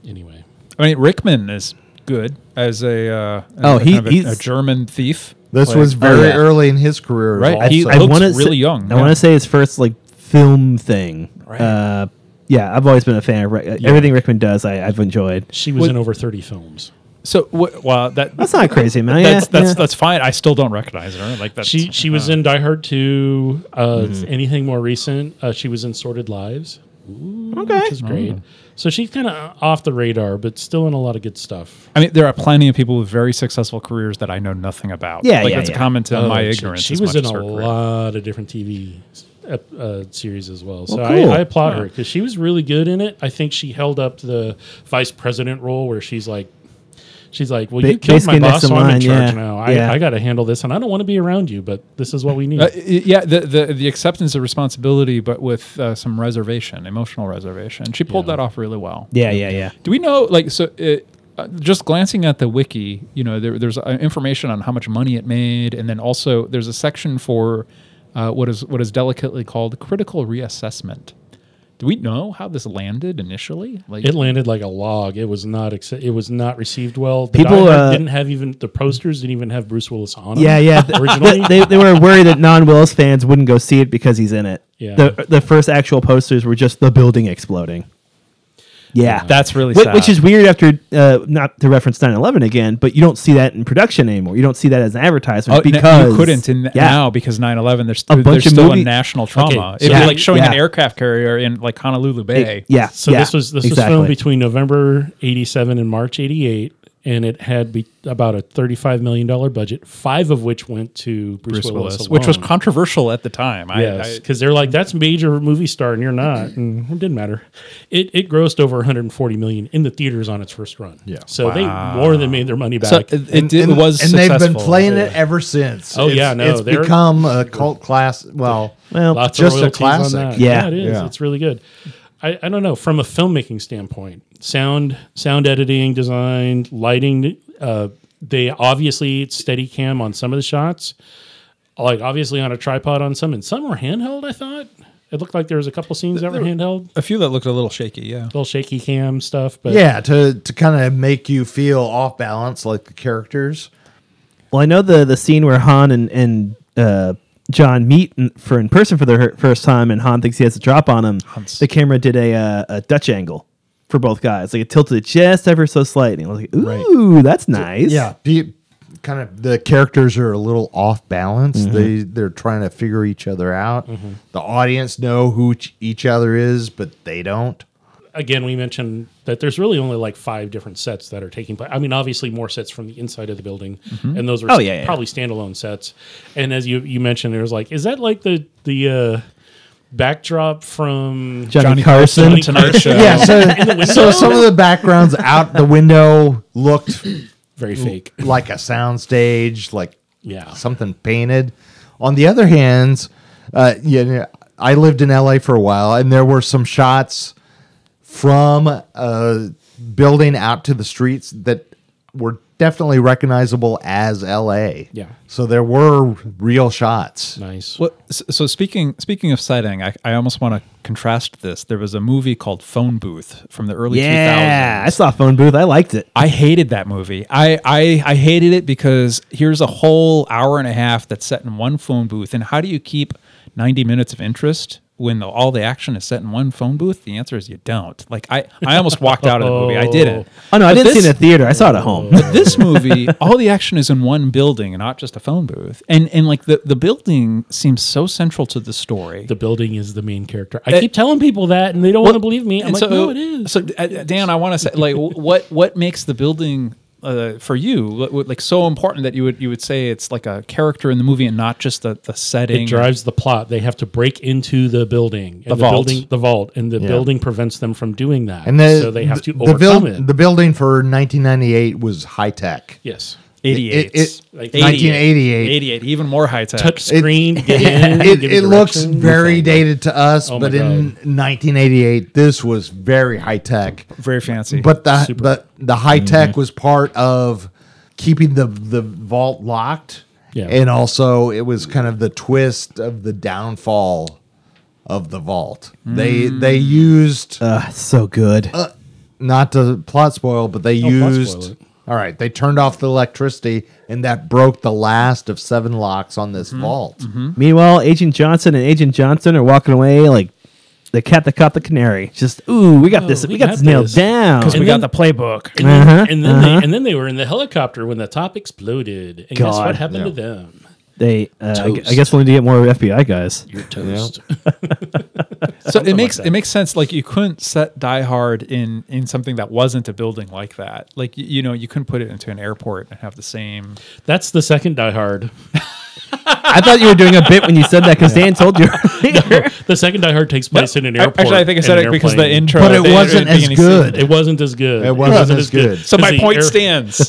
S1: Anyway.
S2: I mean, Rickman is good as a uh,
S3: Oh,
S2: a-
S3: he-
S2: kind of a-
S3: he's-
S2: a German thief.
S4: This
S2: Like-
S4: was very
S3: yeah.
S4: early in his career.
S2: Right,
S4: also.
S2: he-
S3: I
S2: Looks
S3: want to
S2: really young,
S3: I
S2: yeah.
S3: want to say his first like film thing. Uh, yeah, I've always been a fan of Rick. everything Rickman does. I, I've enjoyed.
S1: She was
S2: What-
S1: in over 30 films.
S2: So what? Well, that
S3: That's not crazy, man.
S2: that's
S3: Yeah,
S2: that's
S3: yeah.
S2: that's fine. I still don't recognize her. Like that's Mm-hmm.
S1: She she was in Die Hard 2, uh, anything more recent. Uh, she was in Sorted Lives,
S3: okay.
S2: Oh.
S1: which is great. So she's kind of off the radar, but still in a lot of good stuff.
S2: I mean, there are plenty of people with very successful careers that I know nothing about.
S3: Yeah,
S2: like
S3: yeah,
S2: that's
S3: yeah.
S2: common to
S1: Oh,
S2: my
S1: she-
S2: ignorance.
S1: She
S2: as
S1: was
S2: much
S1: in
S2: as
S1: a
S2: her career.
S1: lot of different TV ep- uh, series as well. So
S3: cool.
S1: I, I applaud her because she was really good in it. I think she held up the vice president role where she's like, she's like, well,
S3: Ba-
S1: you killed my
S3: basically next
S1: boss,
S3: in
S1: so I'm in
S3: line,
S1: charge
S3: yeah,
S1: now. I,
S3: yeah.
S1: I got to handle this, and I don't want to be around you, but this is what we need.
S2: Uh, y- yeah, the, the the acceptance of responsibility, but with uh, some reservation, emotional reservation. She pulled that off really well.
S3: Yeah, yeah, yeah.
S2: Do we know like so? It, uh, just glancing at the wiki, you know, there, there's uh, information on how much money it made, and then also there's a section for uh, what is what is delicately called critical reassessment. Do we know how this landed initially? Like,
S1: it landed like a log. It was not acce- it was not received well. The
S3: People,
S1: Die Hard
S3: uh,
S1: didn't have even the posters didn't even have Bruce Willis on. 'em
S3: Yeah, yeah. [laughs]
S1: [laughs]
S3: Th-
S1: Originally,
S3: they, they were worried that non Willis fans wouldn't go see it because he's in it.
S1: Yeah.
S3: The the first actual posters were just the building exploding. Yeah.
S2: that's really
S3: Wh-
S2: sad.
S3: Which is weird after, uh, not to reference 9 11 again, but you don't see that in production anymore. You don't see that as an advertisement
S2: Oh, n-
S3: because.
S2: you couldn't in
S3: yeah.
S2: now because 9-11, there's,
S3: A bunch
S2: there's
S3: of
S2: still
S3: movie-
S2: a national trauma.
S1: Okay,
S2: It'd
S3: yeah,
S2: be like showing an
S3: yeah.
S2: aircraft carrier in like Honolulu Bay.
S3: Yeah.
S1: So
S3: yeah,
S1: this was this
S3: exactly.
S1: was filmed between November '87 and March '88, and it had be about a $35 million budget, five of which went to Bruce,
S2: Bruce
S1: Willis,
S2: Willis, which was
S1: alone.
S2: controversial at the time. I-
S1: Yes,
S2: I,
S1: because they're like that's major movie star, and you're
S2: [clears throat]
S1: not. And it didn't matter. It it grossed over 140 million in the theaters on its first run.
S4: Yeah.
S1: so they more than made their money back.
S2: so it, it did,
S4: and,
S2: was
S4: and they've been
S2: successful.
S4: playing it ever since.
S1: Oh,
S4: It's-
S1: yeah, no,
S4: it's
S1: they're-
S4: become a cult class. Well,
S3: Well,
S1: Lots
S4: Just a
S1: of royalties
S4: classic.
S1: on that.
S3: Yeah.
S1: it is.
S4: Yeah.
S1: It's really good. I, I don't know from a filmmaking standpoint, sound sound editing, design, lighting. Uh, they obviously steady cam on some of the shots, like obviously on a tripod on some, and some were handheld. I thought it looked like there was a couple scenes that were handheld,
S2: A few that looked a little shaky, yeah.
S1: little shaky cam stuff. But
S4: yeah, to to kind of make you feel off balance, like the characters.
S3: Well, I know the the scene where Han and and uh, John meet in, for in person for the her- first time, and Han thinks he has a drop on him. The camera did a uh, a Dutch angle for both guys, like it tilted just ever so slightly. I was like, ooh, that's nice.
S4: Yeah, do you- kind of the characters are a little off balance. They they're trying to figure each other out. The audience know who each- each other is, but they don't.
S1: again, we mentioned that there's really only like five different sets that are taking place. I mean, obviously more sets from the inside of the building, and those are
S3: Oh, yeah, yeah.
S1: probably standalone sets. And as you you mentioned, there's like, is that like the the uh, backdrop from
S3: Johnny,
S2: Johnny
S3: Carson.
S2: Carson, Tonight
S1: [laughs]
S2: Show.
S4: Yeah, so, so some of the backgrounds out the window looked
S1: very fake?
S4: like a soundstage, like
S1: Yeah.
S4: something painted. On the other hand, uh, you know, I lived in LA for a while, and there were some shots from a building out to the streets that were definitely recognizable as LA.
S1: Yeah.
S4: So there were real shots.
S1: Nice.
S2: Well, s- so speaking speaking of sighting, I, I almost want to contrast this. There was a movie called Phone Booth from the early 2000s.
S3: Yeah, I saw phone booth. I liked it.
S2: I hated that movie. I, I I hated it because here's a whole hour and a half that's set in one phone booth, and how do you keep 90 minutes of interest when the, all the action is set in one phone booth? The answer is you don't. Like I, I almost walked out of the movie. I didn't.
S3: Oh no, I
S2: But
S3: didn't
S2: this-
S3: see it in the theater. I saw it at home.
S2: but this movie, [laughs] all the action is in one building and not just a phone booth. And and like the, the building seems so central to the story.
S1: the building is the main character. I
S2: Uh,
S1: keep telling people that, and they don't want to believe me. I'm
S2: And
S1: like, no, it is.
S2: So, uh, Dan, I want to say, like, wh- what what makes the building uh, for you what, what, like so important that you would you would say it's like a character in the movie and not just the the setting?
S1: It drives the plot. They have to break into the building, and the,
S2: vault.
S1: building, the vault, and the building prevents them from doing that.
S4: And the,
S1: so they have to
S4: the,
S1: overcome
S4: buil-
S1: it.
S4: The building for 1998 was high tech.
S1: yes,
S4: It- it-
S1: Like
S4: 1988.
S2: 88, even more high tech.
S1: touch screen. get in,
S4: [laughs] it,
S1: give
S4: it looks
S1: directions.
S4: very dated to us,
S1: Oh my
S4: but in 1988, this was very high tech.
S2: very fancy.
S4: But the but the high tech was part of keeping the the vault locked,
S1: Yeah.
S4: and also it was kind of the twist of the downfall of the vault. They they
S1: Mm.
S4: used
S3: Uh, so good.
S4: not to plot spoil, but they
S1: Don't plot spoil
S4: used
S1: it.
S4: All right, they turned off the electricity, and that broke the last of seven locks on
S1: Mm-hmm.
S4: this vault.
S3: Meanwhile, Agent Johnson and Agent Johnson are walking away like the cat that caught the canary. Just ooh, we got
S1: Oh,
S3: this. We,
S1: we
S3: got
S1: got
S3: this nailed
S1: this."
S3: down.
S2: because we got the playbook.
S1: And then,
S4: Uh-huh,
S1: and, then they, and then they were in the helicopter when the top exploded. And guess
S3: God.
S1: what happened to
S4: Yeah.
S1: them?
S3: They, uh, I, gu- I
S1: Toast.
S3: guess we'll need to get more FBI guys.
S1: You're toast.
S2: So it makes it makes sense. Like you couldn't set Die Hard in in something that wasn't a building like that. Like you, you know, you couldn't put it into an airport and have the same.
S1: That's the second Die Hard.
S3: I thought you were doing a bit when you said that
S2: [laughs]
S3: because Dan told you. earlier.
S1: The second Die Hard takes place in an airport.
S2: Actually, I think I
S1: and
S2: said
S1: an
S2: it because the
S1: airplane.
S2: intro.
S4: But it
S2: they didn't
S4: wasn't
S2: make
S4: as
S2: any
S4: good.
S2: sense.
S1: It wasn't as good.
S4: It wasn't as good.
S2: So
S1: 'Cause
S2: my
S1: the
S2: point
S1: air-
S2: stands.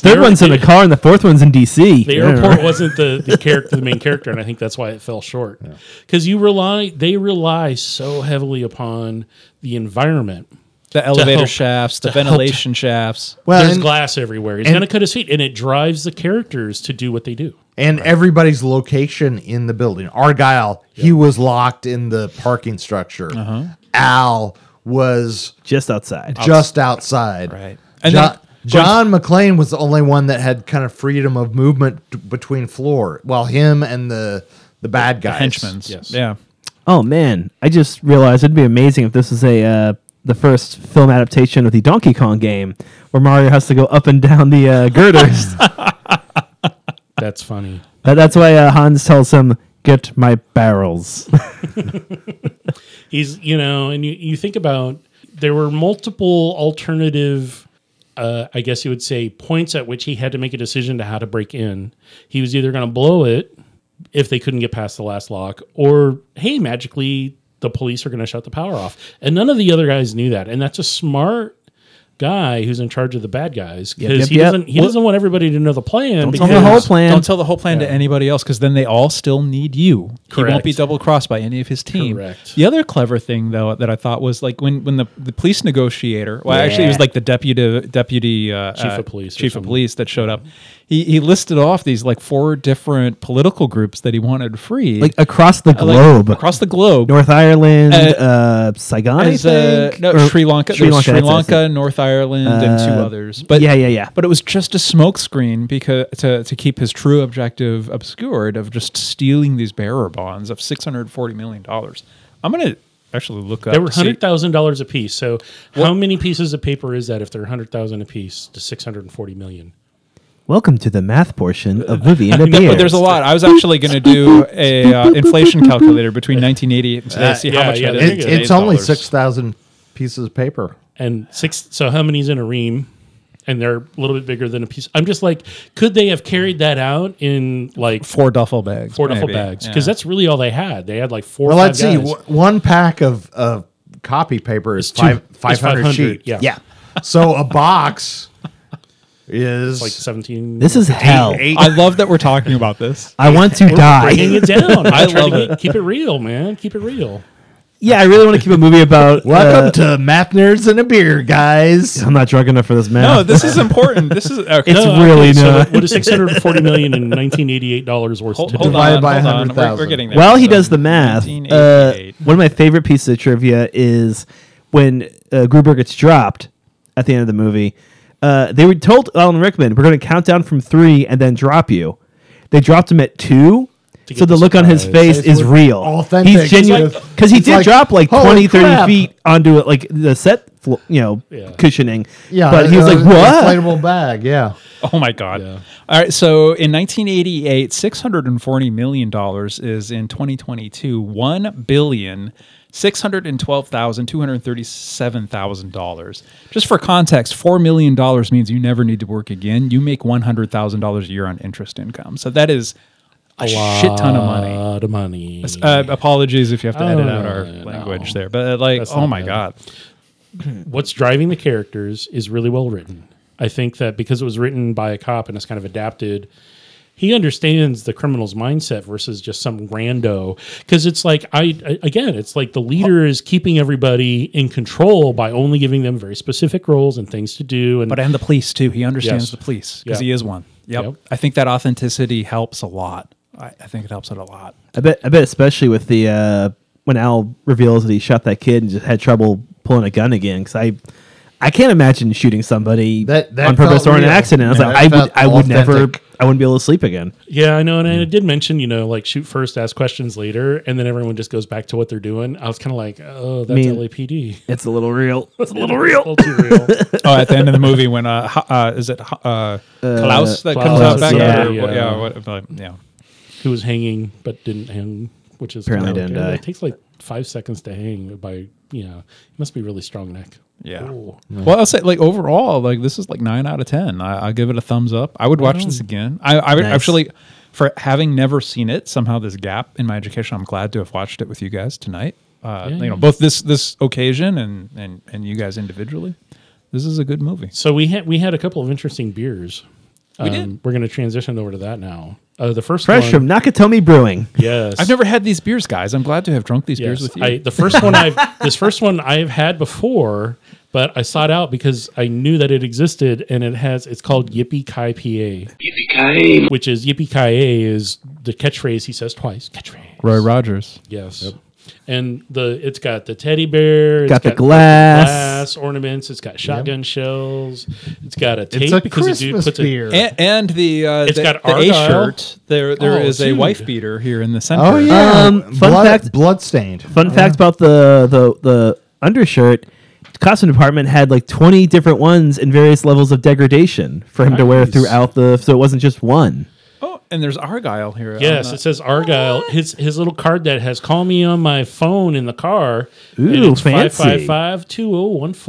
S1: [laughs]
S3: Third
S1: Air-
S3: one's in the car and the fourth one's in DC.
S1: The
S3: I don't know.
S1: airport wasn't the, the character, the main character, and I think that's why it fell short. Because you rely, they rely so heavily upon the environment.
S2: The elevator
S1: help-
S2: shafts, the
S1: to help-
S2: ventilation shafts.
S4: Well,
S1: There's
S4: and,
S1: glass everywhere. He's
S4: and-
S1: going to cut his feet, and it drives the characters to do what they do.
S4: and everybody's location in the building. Argyle, he was locked in the parking structure.
S1: Uh-huh.
S4: Al was
S3: just outside.
S4: just outside.
S2: Right. And
S4: And John,
S2: then-
S4: John McClane was the only one that had kind of freedom of movement t- between floor. Well, him and the the bad guys.
S2: Henchmen's.
S1: Yes.
S2: Yeah.
S3: Oh man, I just realized it'd be amazing if this was a uh, the first film adaptation of the Donkey Kong game, where Mario has to go up and down the uh,
S2: [laughs]
S3: girders.
S1: That's funny.
S3: That- that's why uh, Hans tells him, "Get my
S2: [laughs]
S3: barrels."
S1: He's, you know, and you, you think about there were multiple alternative, uh, I guess you would say, points at which he had to make a decision to how to break in. He was either going to blow it if they couldn't get past the last lock, or hey, magically the police are going to shut the power off. And none of the other guys knew that. And that's a smart guy who's in charge of the bad guys because
S3: yep,
S1: he
S3: yep.
S1: doesn't he doesn't want everybody to know the plan
S3: tell the
S1: because
S3: whole plan.
S2: Don't tell the whole plan to anybody else because then they all still need you. He won't
S1: Correct.
S2: be double crossed by any of his team.
S1: Correct.
S2: The other clever thing though that I thought was like when when the, the police negotiator, well actually it was like the deputy deputy uh,
S1: Chief
S2: uh,
S1: of police or
S2: chief of
S1: something.
S2: police that showed up. He he listed off these like four different political groups that he wanted free.
S3: like across the
S2: Uh, like,
S3: globe,
S2: across the globe.
S3: North Ireland,
S2: Uh,
S3: uh, Saigon,
S2: As,
S3: I
S2: uh,
S3: think,
S2: no,
S3: Or-
S2: Sri Lanka, Sri Lanka, Sri Lanka North Ireland, and two
S3: Uh,
S2: others. But
S3: yeah, yeah, yeah.
S2: But it was just a smokescreen because to, to keep his true objective obscured of just stealing these bearer bonds of six hundred forty million dollars. I'm gonna actually look up.
S1: They were
S2: to see-
S1: hundred thousand dollars a piece. So how many pieces of paper is that if they're hundred thousand a piece to six hundred and forty million?
S3: Welcome to the math portion of Movie
S2: [laughs]
S3: and a
S2: No,
S3: Beer.
S2: but there's a lot. I was actually going to do a uh, inflation
S1: [laughs]
S2: calculator between 1988 and today.
S1: Uh,
S2: see
S1: yeah,
S2: how much
S1: yeah,
S2: that
S1: there
S2: is.
S1: you
S2: in
S4: It,
S1: go.
S2: today's
S4: it's only
S2: dollars.
S4: six thousand pieces of paper.
S1: And six. So how many's in a ream? And they're a little bit bigger than a piece. I'm just like, could they have carried that out in like
S2: four duffel bags.
S1: four duffel
S2: maybe.
S1: bags?
S2: Yeah.
S1: Because that's really all they had. They had like four.
S4: Well,
S1: or
S4: let's
S1: five
S4: see.
S1: guys.
S4: W- one pack of, of copy paper is
S1: It's two-
S4: five,
S1: it's
S4: 500
S1: 500,
S4: sheets.
S1: yeah.
S4: So a box is
S1: like seventeen.
S3: this is hell.
S4: eight.
S2: I love that we're talking about this.
S4: [laughs]
S3: I want to die.
S1: bringing it
S2: [laughs]
S1: down. I
S2: love
S1: to keep, keep it real, man. Keep it real.
S3: yeah, I really want to keep a movie about.
S4: Welcome
S3: uh,
S4: to Math Nerds and a Beer, guys.
S3: I'm not drunk enough for this math.
S2: No, this is important. This is okay.
S3: It's really
S1: so
S3: not.
S1: what-
S3: [laughs]
S1: what is six hundred and forty million in nineteen eighty eight dollars worth?
S2: Hold,
S1: to
S2: hold
S1: do?
S4: divided
S2: on,
S4: by
S2: hold on. We're,
S4: 100,000.
S2: we're getting there.
S3: While he
S2: So,
S3: does the math, uh,
S2: 1988.
S3: one of my favorite pieces of trivia is when uh, Gruber gets dropped at the end of the movie. Uh, they were told Alan Rickman, "We're going to count down from three and then drop you." They dropped him at two,
S1: To
S3: so
S1: get
S3: the
S1: the
S3: look on his
S1: surprise.
S3: face is real.
S4: Authentic.
S3: He's genuine
S4: It's like-
S3: because he
S4: it's
S3: did
S4: like,
S3: drop like 20,
S4: "Holy
S3: 30
S4: crap."
S3: feet onto it, like the set, flo- you know,
S1: Yeah.
S3: cushioning.
S4: Yeah,
S3: but he was
S4: uh,
S3: like, "What?"
S4: Inflatable bag, yeah.
S2: Oh my god!
S1: Yeah.
S2: All right. So in 1988, 640 million dollars is in 2022 one billion. Six hundred and twelve thousand two hundred thirty-seven thousand dollars. Just for context, four million dollars means you never need to work again. You make one hundred thousand dollars a year on interest income. So that is a, shit ton of money.
S1: lot of money.
S2: Uh, apologies if you have to edit
S1: Oh,
S2: out our
S1: no.
S2: language there, but uh, like,
S1: That's
S2: oh
S1: not
S2: my
S1: bad.
S2: god,
S1: what's driving the characters is really well written. I think that because it was written by a cop and it's kind of adapted, he understands the criminal's mindset versus just some rando. Because it's like I I- again, it's like the leader is keeping everybody in control by only giving them very specific roles and things to do. And
S2: but and the police too. He understands
S1: Yes.
S2: the police because
S1: Yeah.
S2: he is one. Yep.
S1: Yep.
S2: I think that authenticity helps a lot. I, I think it helps it a lot. [laughs]
S3: I bet, I bet, especially with the uh, when Al reveals that he shot that kid and just had trouble pulling a gun again. Because I, I can't imagine shooting somebody
S4: That- that
S3: on purpose
S4: felt
S3: or in an
S4: real.
S3: accident. I was
S4: Yeah,
S3: like,
S4: that
S3: I would,
S4: felt
S3: I would never,
S4: authentic.
S3: I wouldn't be able to sleep again.
S1: Yeah, I know, and
S3: Mm.
S1: I did mention, you know, like shoot first, ask questions later, and then everyone just goes back to what they're doing. I was kind of like, oh, that's
S3: mean-
S1: LAPD.
S3: It's a little real. It's a little
S1: A little too real.
S3: [laughs]
S2: oh, at the end of the movie when uh, Ho- uh is it Ho- uh, Klaus that
S1: Klaus,
S2: comes out back?
S1: yeah.
S2: Or-
S1: Yeah.
S2: yeah, what, like, yeah.
S1: Who was hanging but didn't hang, which is
S3: Apparently
S1: kinda
S3: didn't die.
S1: It takes like five seconds to hang by, you know, it must be really strong neck.
S2: Yeah. Well, I'll say like overall, like this is like nine out of ten. I, I give it a thumbs up. I would watch this again. I, I would
S3: Nice.
S2: actually, for having never seen it, somehow this gap in my education, I'm glad to have watched it with you guys tonight. Uh,
S1: Yeah,
S2: you
S1: yeah.
S2: know, both this this occasion and and and you guys individually. This is a good movie.
S1: So we had we had a couple of interesting beers. Um,
S2: We did.
S1: We're going to transition over to that now. Uh, the first
S3: [laughs] fresh
S1: one,
S3: from Nakatomi Brewing.
S1: yes,
S2: I've never had these beers, guys. I'm glad to have drunk these beers with you.
S1: I, the first one I've this first one I've had before, but I sought out because I knew that it existed, and it has. It's called Yippee Ki PA, which is Yippee Ki is the catchphrase he says twice. Catchphrase.
S2: Roy Rogers.
S1: Yes. And the it's got the teddy bear, it's
S3: Got the glass.
S1: glass ornaments, it's got shotgun shells, it's got a tape
S4: It's a
S1: because the dude
S4: Christmas
S1: puts
S4: beer.
S1: a
S2: And, and the uh,
S1: It's
S2: the,
S1: got
S2: the A
S1: Argyle.
S2: shirt. There there
S1: Oh,
S2: is a
S1: dude.
S2: wife beater here in the center.
S4: Oh yeah.
S3: Um, fun
S4: blood,
S3: fact-
S4: bloodstained.
S3: Fun fact about the the the undershirt. Costume department had like twenty different ones in various levels of degradation for him to wear
S1: Nice.
S3: throughout the. So it wasn't just one.
S2: Oh, and there's Argyle here. on
S1: Yes,
S2: the-
S1: it says Argyle. His his little card that has call me on my phone in the car.
S3: Ooh, fancy.
S1: 555-2014.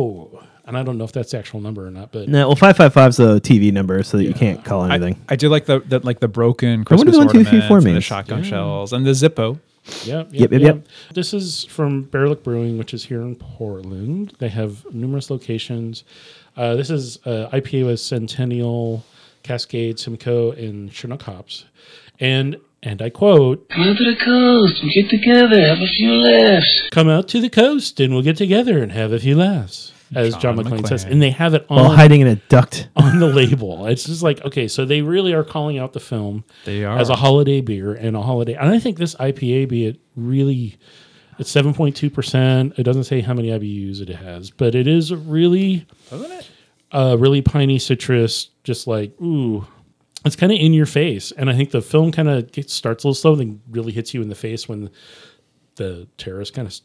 S1: And I don't know if that's the actual number or not, but
S3: No, well, five five five's a TV number, so that you can't call anything.
S2: I, I do like the, the like the broken
S3: I wonder
S2: Christmas
S3: what one, two, three,
S2: ornaments
S3: four
S2: and the
S3: means.
S2: shotgun shells and the Zippo.
S1: yep,
S3: Yep, yep, yep.
S1: This is from Berlick Brewing, which is here in Portland. They have numerous locations. Uh, this is uh, IPA with Centennial, Cascade, Simcoe, and Chinook hops. And and I quote,
S5: Come out to the coast. We get together. Have a few laughs.
S1: "Come out to the coast, and we'll get together and have a few laughs," as John,
S2: John
S1: McClane, says.
S2: McClane.
S1: And they have it on
S3: While hiding in a duct.
S1: on the label. It's just like, okay, so they really are calling out the film
S2: They
S1: as
S2: are.
S1: a holiday beer and a holiday. And I think this IPA be it really it's 7.2%. It doesn't say how many IBUs it has, but it is really
S2: Doesn't it?
S1: uh really piney citrus just like ooh it's kind of in your face and i think the film kind of gets starts a little slow then really hits you in the face when the terrorists kind of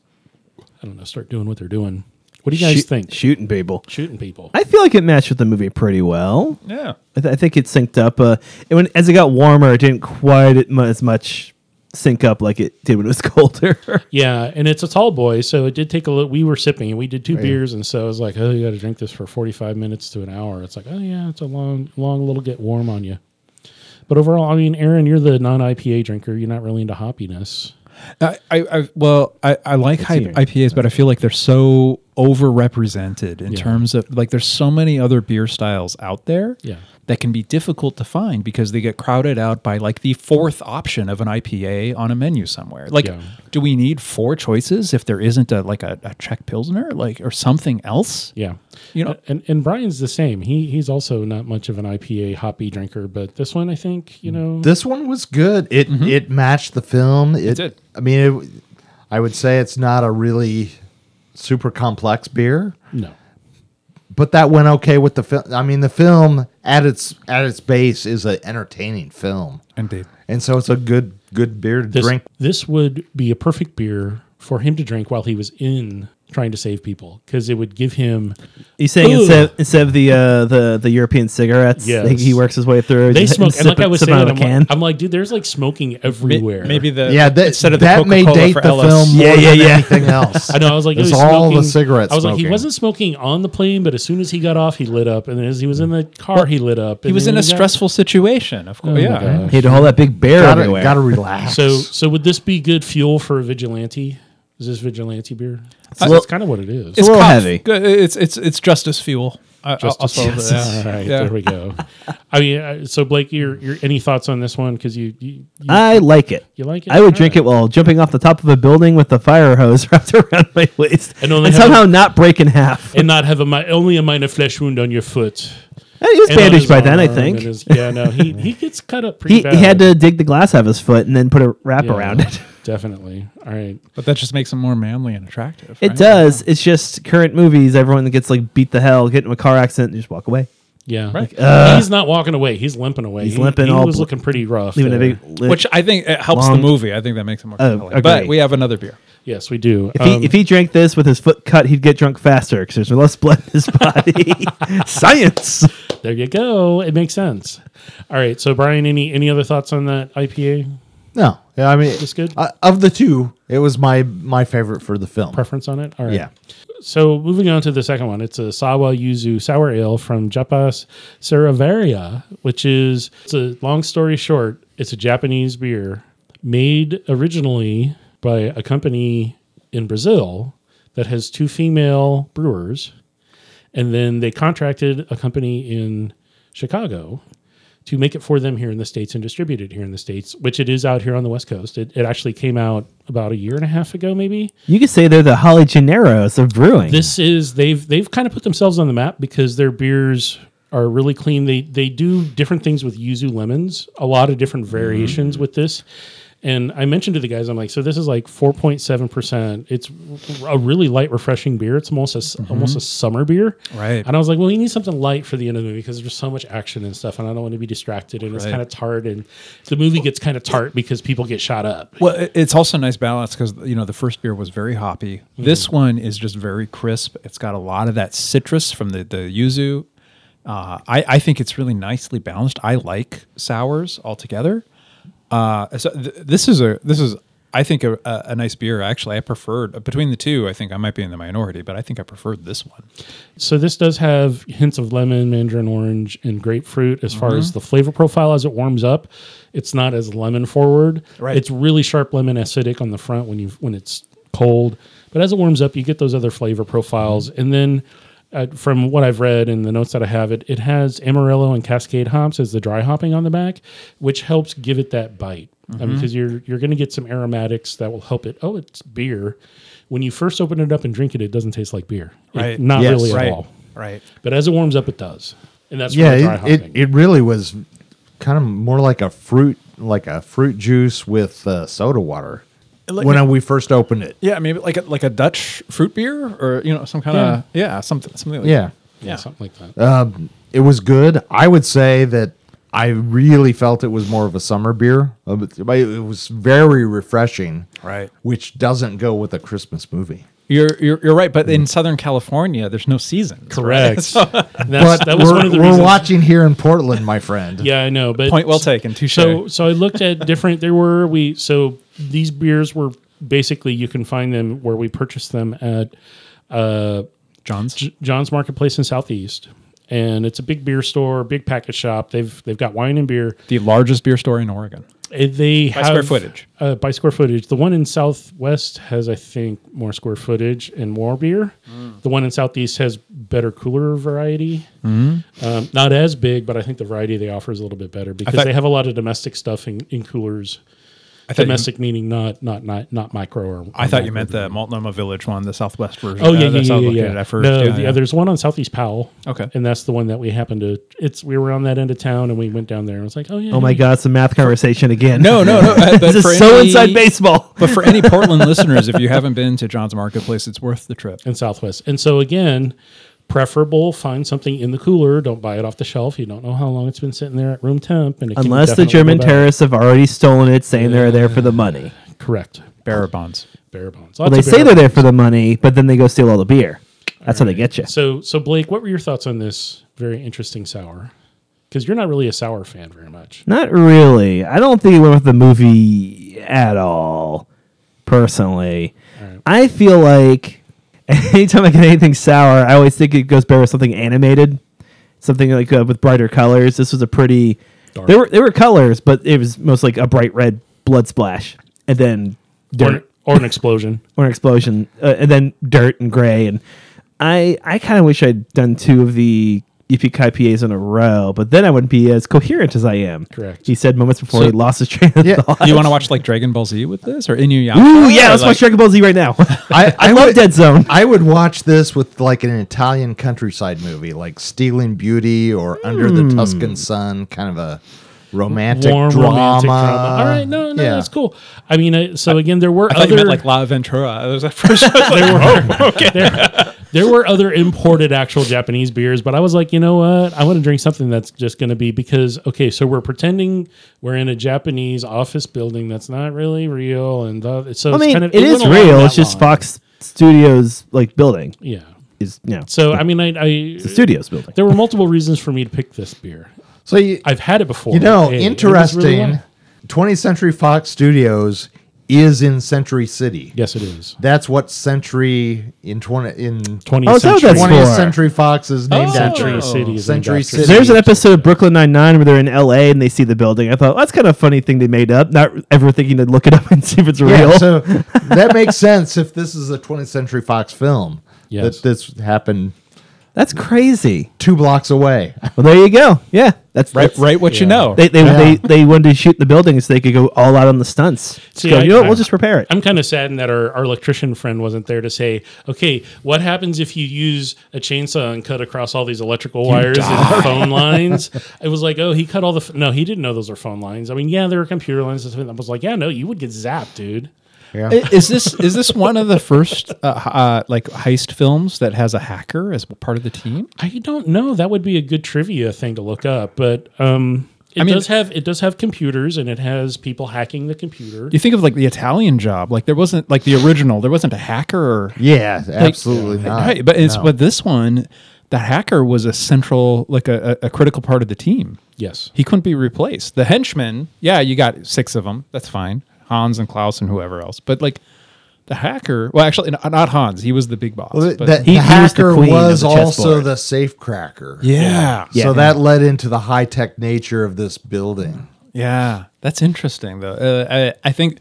S1: i don't know start doing what they're doing what do you guys
S3: Shoot-
S1: think
S3: Shooting people.
S1: shooting people
S3: I feel like it matched with the movie pretty well.
S2: Yeah.
S3: I, th- I think it synced up. Uh, and when as it got warmer, it didn't quite at mu- as much sync up like it did when it was [laughs] colder.
S1: Yeah, and it's a tall boy, so it did take a little. We were sipping, and we did two beers, and so I was like, "Oh, you got to drink this for forty-five minutes to an hour." It's like, "Oh yeah, it's a long, long little get warm on you." But overall, I mean, Aaron, you're the non-IPA drinker. You're not really into hoppiness.
S2: I, I, I well, I, I like hype,
S3: here.
S2: IPAs, but I feel like they're so overrepresented in terms of like there's so many other beer styles out there
S1: Yeah.
S2: that can be difficult to find because they get crowded out by like the fourth option of an IPA on a menu somewhere. Like,
S1: Yeah.
S2: do we need four choices if there isn't a like a, a Czech Pilsner, like or something else?
S1: Yeah,
S2: You know,
S1: and and Brian's the same. He he's also not much of an IPA hoppy drinker, but this one, I think, you know,
S4: This one was good. It it matched the film. It,
S2: did.
S4: I mean, it, I would say it's not a really super complex beer,
S1: no,
S4: but that went okay with the film. I mean, the film at its at its base is an entertaining film,
S2: indeed.
S4: and so it's a good good beer to
S1: this
S4: drink.
S1: this would be a perfect beer for him to drink while he was in trying to save people because it would give him
S3: you saying
S1: Ooh.
S3: instead, instead of the uh, the the European cigarettes,
S1: Yes.
S3: he- he works his way through.
S1: They
S3: just-
S1: smoke, and
S3: sip
S1: like
S3: it-
S1: I was
S3: sip it
S1: saying,
S3: out
S1: I'm
S3: of a can.
S1: like, I'm like, dude, there's like smoking everywhere.
S2: Maybe the
S4: yeah, that
S2: uh, instead of the
S4: that may
S2: Coca-Cola
S4: date
S2: for
S4: the
S2: Ellis.
S4: film more
S3: Yeah, yeah,
S4: than
S3: yeah.
S2: [laughs]
S4: anything else.
S1: I know. I was like, he
S4: It's
S1: was
S4: all the
S1: smoking-
S4: cigarette
S1: I was like, he
S4: smoking.
S1: wasn't smoking on the plane, but as soon as he got off, he lit up, and as he was in the car, he lit up.
S2: he was in a stressful situation, of course.
S1: Oh my
S2: yeah.
S1: gosh.
S3: He had to hold that big bear
S4: gotta,
S3: everywhere.
S4: gotta relax.
S1: So, so would this be good fuel for a vigilante? Is this vigilante beer?
S3: a
S1: That's
S3: little-
S1: kind of what it is.
S3: It's a little
S2: cop-
S3: heavy.
S2: good- It's it's it's justice fuel. I- I'll- I'll
S1: Justice.
S2: solve it.
S1: [laughs] All right, there we go. I mean, uh, so Blake, your your any thoughts on this one? Because you, you, you
S3: I like it.
S1: You like it?
S3: I would
S1: Alright.
S3: drink it while jumping off the top of a building with the fire hose [laughs] wrapped around my waist,
S1: And
S3: and,
S1: only have
S3: somehow not break in half.
S1: and not have a mi- only a minor flesh wound on your foot.
S3: he was
S1: And on
S3: bandaged
S1: his
S3: by then, I
S1: arm
S3: think. [laughs]
S1: and his- yeah, no, he he gets cut up pretty
S3: he,
S1: bad.
S3: he had to dig the glass out of his foot and then put a wrap
S1: Yeah.
S3: around it. [laughs]
S1: Definitely. All right.
S2: But that just makes him more manly and attractive.
S3: It
S2: right?
S3: does. It's just current movies. Everyone that gets like beat the hell, get in a car accident, and just walk away.
S1: Yeah.
S2: Right.
S1: he's not walking away. He's limping away.
S3: Uh, He's
S1: He-
S3: limping
S1: He
S3: all
S1: was
S3: bl-
S1: looking pretty rough.
S3: Leaving a
S1: there.
S3: big lip.
S2: Which I think it helps
S3: Long-
S2: the movie. I think that makes it more
S3: Oh,
S2: compelling. But
S3: agree.
S2: we have another beer.
S1: Yes, we do.
S3: if he,
S1: Um,
S3: if he drank this with his foot cut, he'd get drunk faster because there's less blood in his body.
S2: [laughs]
S3: Science.
S1: there you go. It makes sense. All right. So, Brian, any any other thoughts on that IPA
S4: No, yeah, I mean,
S1: It's good?
S4: I- of the two, it was my my favorite for the film.
S1: preference on it? All right.
S4: Yeah,
S1: So, moving on to the second one, it's a Sawa Yuzu Sour Ale from Japas Cerveria, which is, it's a long story short, it's a Japanese beer made originally by a company in Brazil that has two female brewers. And then they contracted a company in Chicago to make it for them here in the States and distribute it here in the States, which it is out here on the West Coast. It, it actually came out about a year and a half ago, maybe.
S3: You could say they're the Holly Generos of brewing.
S1: This is they've they've kind of put themselves on the map because their beers are really clean. They they do different things with yuzu lemons, a lot of different variations
S2: Mm.
S1: with this. And I mentioned to the guys, I'm like, so this is like 4.7 percent. It's a really light, refreshing beer. It's almost a s- almost a summer beer,
S2: Mm-hmm. Right.
S1: And I was like, well, you need something light for the end of the movie because there's so much action and stuff, and I don't want to be distracted. And it's
S2: Right.
S1: kind of tart, and the movie gets kind of tart because people get shot up.
S2: Well, it- it's also a nice balance because you know the first beer was very hoppy. This one is just very crisp. It's got a lot of that citrus from the the yuzu. Uh, I I think it's really nicely balanced. I like sours altogether. Uh, so th- this is a this is I think a, a, a nice beer. Actually, I preferred between the two. I think I might be in the minority, but I think I preferred this one.
S1: So this does have hints of lemon, mandarin orange, and grapefruit as far
S2: Mm-hmm.
S1: as the flavor profile as it warms up. It's not as lemon forward.
S2: Right.
S1: It's really sharp lemon acidic on the front when you when it's cold. But as it warms up, you get those other flavor profiles. And then uh, from what I've read and the notes that I have, it it has Amarillo and Cascade hops as the dry hopping on the back, which helps give it that bite. I
S2: Mm-hmm.
S1: mean, because you're you're going to get some aromatics that will help it. Oh, it's beer. When you first open it up and drink it, it doesn't taste like beer. It-
S2: Right.
S1: not
S4: Yes.
S1: really at
S2: Right,
S1: all.
S2: right.
S1: But as it warms up, it does, and that's yeah, dry
S4: yeah, it,
S1: hopping.
S4: it, it really was kind of more like a fruit like a fruit juice with uh, soda water
S2: Like-
S4: when we first opened it.
S2: Yeah, maybe like a, like a Dutch fruit beer or you know some kind of yeah. something something like
S4: Yeah,
S1: yeah, something like that.
S4: Um, it was good. I would say that I really felt it was more of a summer beer. Uh, but- but It was very refreshing,
S2: Right.
S4: Which doesn't go with a Christmas movie.
S2: You're, you're you're right, but in Southern California, there's no season.
S4: [laughs]
S1: Correct. And that's,
S4: Oh. But
S1: that was
S4: we're,
S1: one of the
S4: we're
S1: reasons.
S4: watching here in Portland, my friend.
S1: Yeah, I know. But
S2: Point well taken. Touche.
S1: So so I looked at different. There were we so these beers were basically you can find them where we purchased them at uh,
S2: John's.
S1: J- John's Marketplace in Southeast, and it's a big beer store, big package shop. They've they've got wine and beer.
S2: the largest beer store in Oregon.
S1: Uh, They
S2: By
S1: have,
S2: square footage.
S1: Uh, by square footage, the one in Southwest has, I think, more square footage and more beer.
S2: Mm.
S1: The one in Southeast has better, cooler variety.
S2: Mm-hmm.
S1: Um, not as big, but I think the variety they offer is a little bit better because
S2: thought-
S1: they have a lot of domestic stuff in, in coolers.
S2: I thought
S1: Domestic meaning not not not not micro or.
S2: You, I thought you meant the Multnomah Village one, the Southwest version.
S1: Oh yeah,
S2: uh, the
S1: yeah, yeah,
S2: South
S1: yeah.
S2: located
S1: yeah.
S2: at first.
S1: No,
S2: Yeah,
S1: the,
S2: yeah.
S1: uh, there's one on Southeast Powell.
S2: Okay.
S1: and that's the one that we happened to. It's we were on that end of town and we went down there and it's like, oh yeah.
S3: oh my God, it's a math conversation again.
S2: No,
S3: [laughs]
S2: no, no. uh, but
S3: this
S2: for
S3: is so
S2: any-
S3: inside baseball.
S2: [laughs] But for any Portland listeners, if you haven't been to John's Marketplace, it's worth the [laughs] trip.
S1: and Southwest. And so again, preferable find something in the cooler. Don't buy it off the shelf. You don't know how long it's been sitting there at room temp. And it can
S3: Unless the
S1: definitely
S3: German
S1: go bad.
S3: terrorists have already stolen it, saying they're there for the money.
S1: correct
S2: Bearer bonds.
S1: bare bones.
S3: Well, they say they're there for the money, but then they go steal all the beer. That's how they get you.
S1: So so Blake, what were your thoughts on this very interesting sour? Because you're not really a sour fan very much.
S3: Not really. I don't think it went with the movie at all, personally. I feel like [laughs] anytime I get anything sour, I always think it goes better with something animated, something like uh, with brighter colors. This was a pretty.
S1: Dark.
S3: There were there were colors, but it was most like a bright red blood splash, and then
S1: Or,
S3: dirt
S1: or an explosion.
S3: or an explosion, uh, and then dirt and gray. And I I kind of wish I'd done two of the EPIC IPAs in a row, but then I wouldn't be as coherent as I am.
S1: Correct.
S3: He said moments before
S2: So-
S3: he lost his train of
S4: Yeah.
S2: [laughs]
S3: thought.
S2: Do you want to watch like Dragon Ball Z with this or
S3: [laughs]
S2: Inuyasha?
S3: Ooh, yeah,
S2: Or,
S3: let's
S2: like,
S3: watch Dragon Ball Z right now.
S1: [laughs]
S4: I,
S3: I love
S4: would-
S3: Dead Zone.
S4: I would watch this with like an Italian countryside movie, like Stealing Beauty or Under the Tuscan Sun, kind of a romantic
S1: Hmm. warm
S4: drama.
S1: romantic drama. All right, no, no, that's cool. I mean, uh, so again, there were
S2: I thought
S1: other
S2: you meant like La Ventura. I [laughs] was at first. I was
S1: [laughs]
S2: like,
S1: there, there were other imported actual Japanese beers, but I was like, you know what? I want to drink something that's just going to be because okay, so we're pretending we're in a Japanese office building that's not really real, and the, so
S3: I
S1: it's
S3: mean,
S1: kind of
S3: it is
S1: went along
S3: real.
S1: that
S3: It's just
S1: line.
S3: Fox Studios like building
S1: Yeah.
S3: is yeah.
S1: So I mean, I, I
S3: the studios building.
S1: there were multiple reasons for me to pick this beer.
S4: So you,
S1: I've had it before.
S4: you know,
S1: Hey, it was
S4: interesting.
S1: really well.
S4: 20th Century Fox Studios is in Century City.
S1: yes, it is.
S4: That's what Century in 20 in
S1: 20th
S3: Oh, is that what
S1: century.
S3: that's
S4: 20th
S3: for?
S4: Century Fox is named
S2: Oh.
S4: after.
S1: Century City is
S4: Century
S1: named after
S4: City.
S3: There's an episode of Brooklyn Nine Nine where they're in L.A. and they see the building. I thought that's kind of a funny thing they made up. Not ever thinking to look it up and see if it's
S4: Yeah,
S3: real.
S4: so that makes sense if this is a 20th Century Fox film.
S1: Yes.
S4: That this happened
S3: that's crazy.
S4: two blocks away.
S3: Well, there you go. Yeah, that's
S2: right, right. What you know. [laughs]
S3: They they,
S4: Yeah.
S3: they they wanted to shoot the building so they could go all out on the stunts. Just
S1: See,
S3: go,
S1: I-
S3: you know what? We'll
S1: I-
S3: just repair it.
S1: I'm kind of saddened that our, our electrician friend wasn't there to say, okay, what happens if you use a chainsaw and cut across all these electrical wires and phone
S2: [laughs]
S1: lines? It was like, oh, he cut all the. F- no, he didn't know those were phone lines. I mean, yeah, there were computer lines and stuff. I was like, yeah, no, you would get zapped, dude.
S4: Yeah.
S2: I- is this is this one of the first uh, h- uh, like heist films that has a hacker as part of the team?
S1: I don't know. That would be a good trivia thing to look up, but um, it
S2: I mean-
S1: does have it does have computers and it has people hacking the computer.
S2: You think of like the Italian job, like there wasn't like the original, there wasn't a hacker.
S4: yeah,
S2: Like-
S4: absolutely not.
S2: Right, but it's
S4: No.
S2: but this one, the hacker was a central, like a, a a critical part of the team.
S1: Yes.
S2: He couldn't be replaced. The henchmen, yeah, you got six of them. That's fine. Hans and Klaus and whoever else. But like the hacker, well, actually, n- not Hans. He was the big boss.
S4: Well, th-
S2: but-
S4: that
S3: He- he
S4: the
S3: was the
S4: hacker
S3: queen of
S4: was
S3: the
S4: also
S3: chessboard.
S4: the safe cracker.
S2: yeah.
S4: So that led into the high tech nature of this building.
S2: Yeah, that's interesting though. Uh, I, I think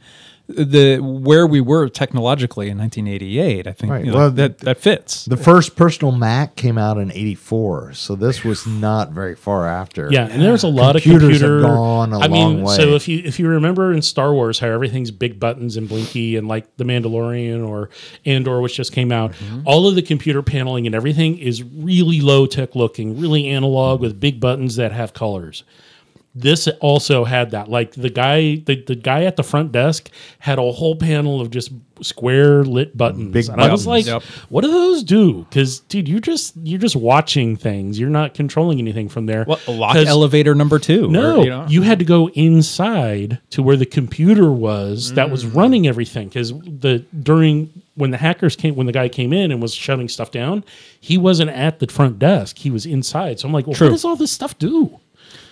S2: the where we were technologically in 1988, I think
S4: Right,
S2: you know,
S4: well,
S2: that that fits.
S4: The first personal Mac came out in '84, so this was not very far after.
S1: Yeah, and there's a lot of
S4: Computers have
S1: computer.
S4: gone a
S1: I mean,
S4: long way.
S1: so if you if you remember in Star Wars how everything's big buttons and blinky and like The Mandalorian or Andor, which just came out,
S4: Mm-hmm.
S1: all of the computer paneling and everything is really low tech looking, really analog with big buttons that have colors. This also had that. Like the guy, the, the guy at the front desk had a whole panel of just square lit buttons.
S4: Big
S1: and I was like,
S2: buttons, yep.
S1: what do those do? Because dude, you're just you're just watching things. You're not controlling anything from there.
S2: What lock
S1: 'Cause-
S2: elevator number two? or,
S1: no,
S2: you know?
S1: you had to go inside to where the computer was that
S2: Mm.
S1: was running everything because the during when the hackers came when the guy came in and was shutting stuff down, he wasn't at the front desk. He was inside. So I'm like, well,
S2: True.
S1: what does all this stuff do?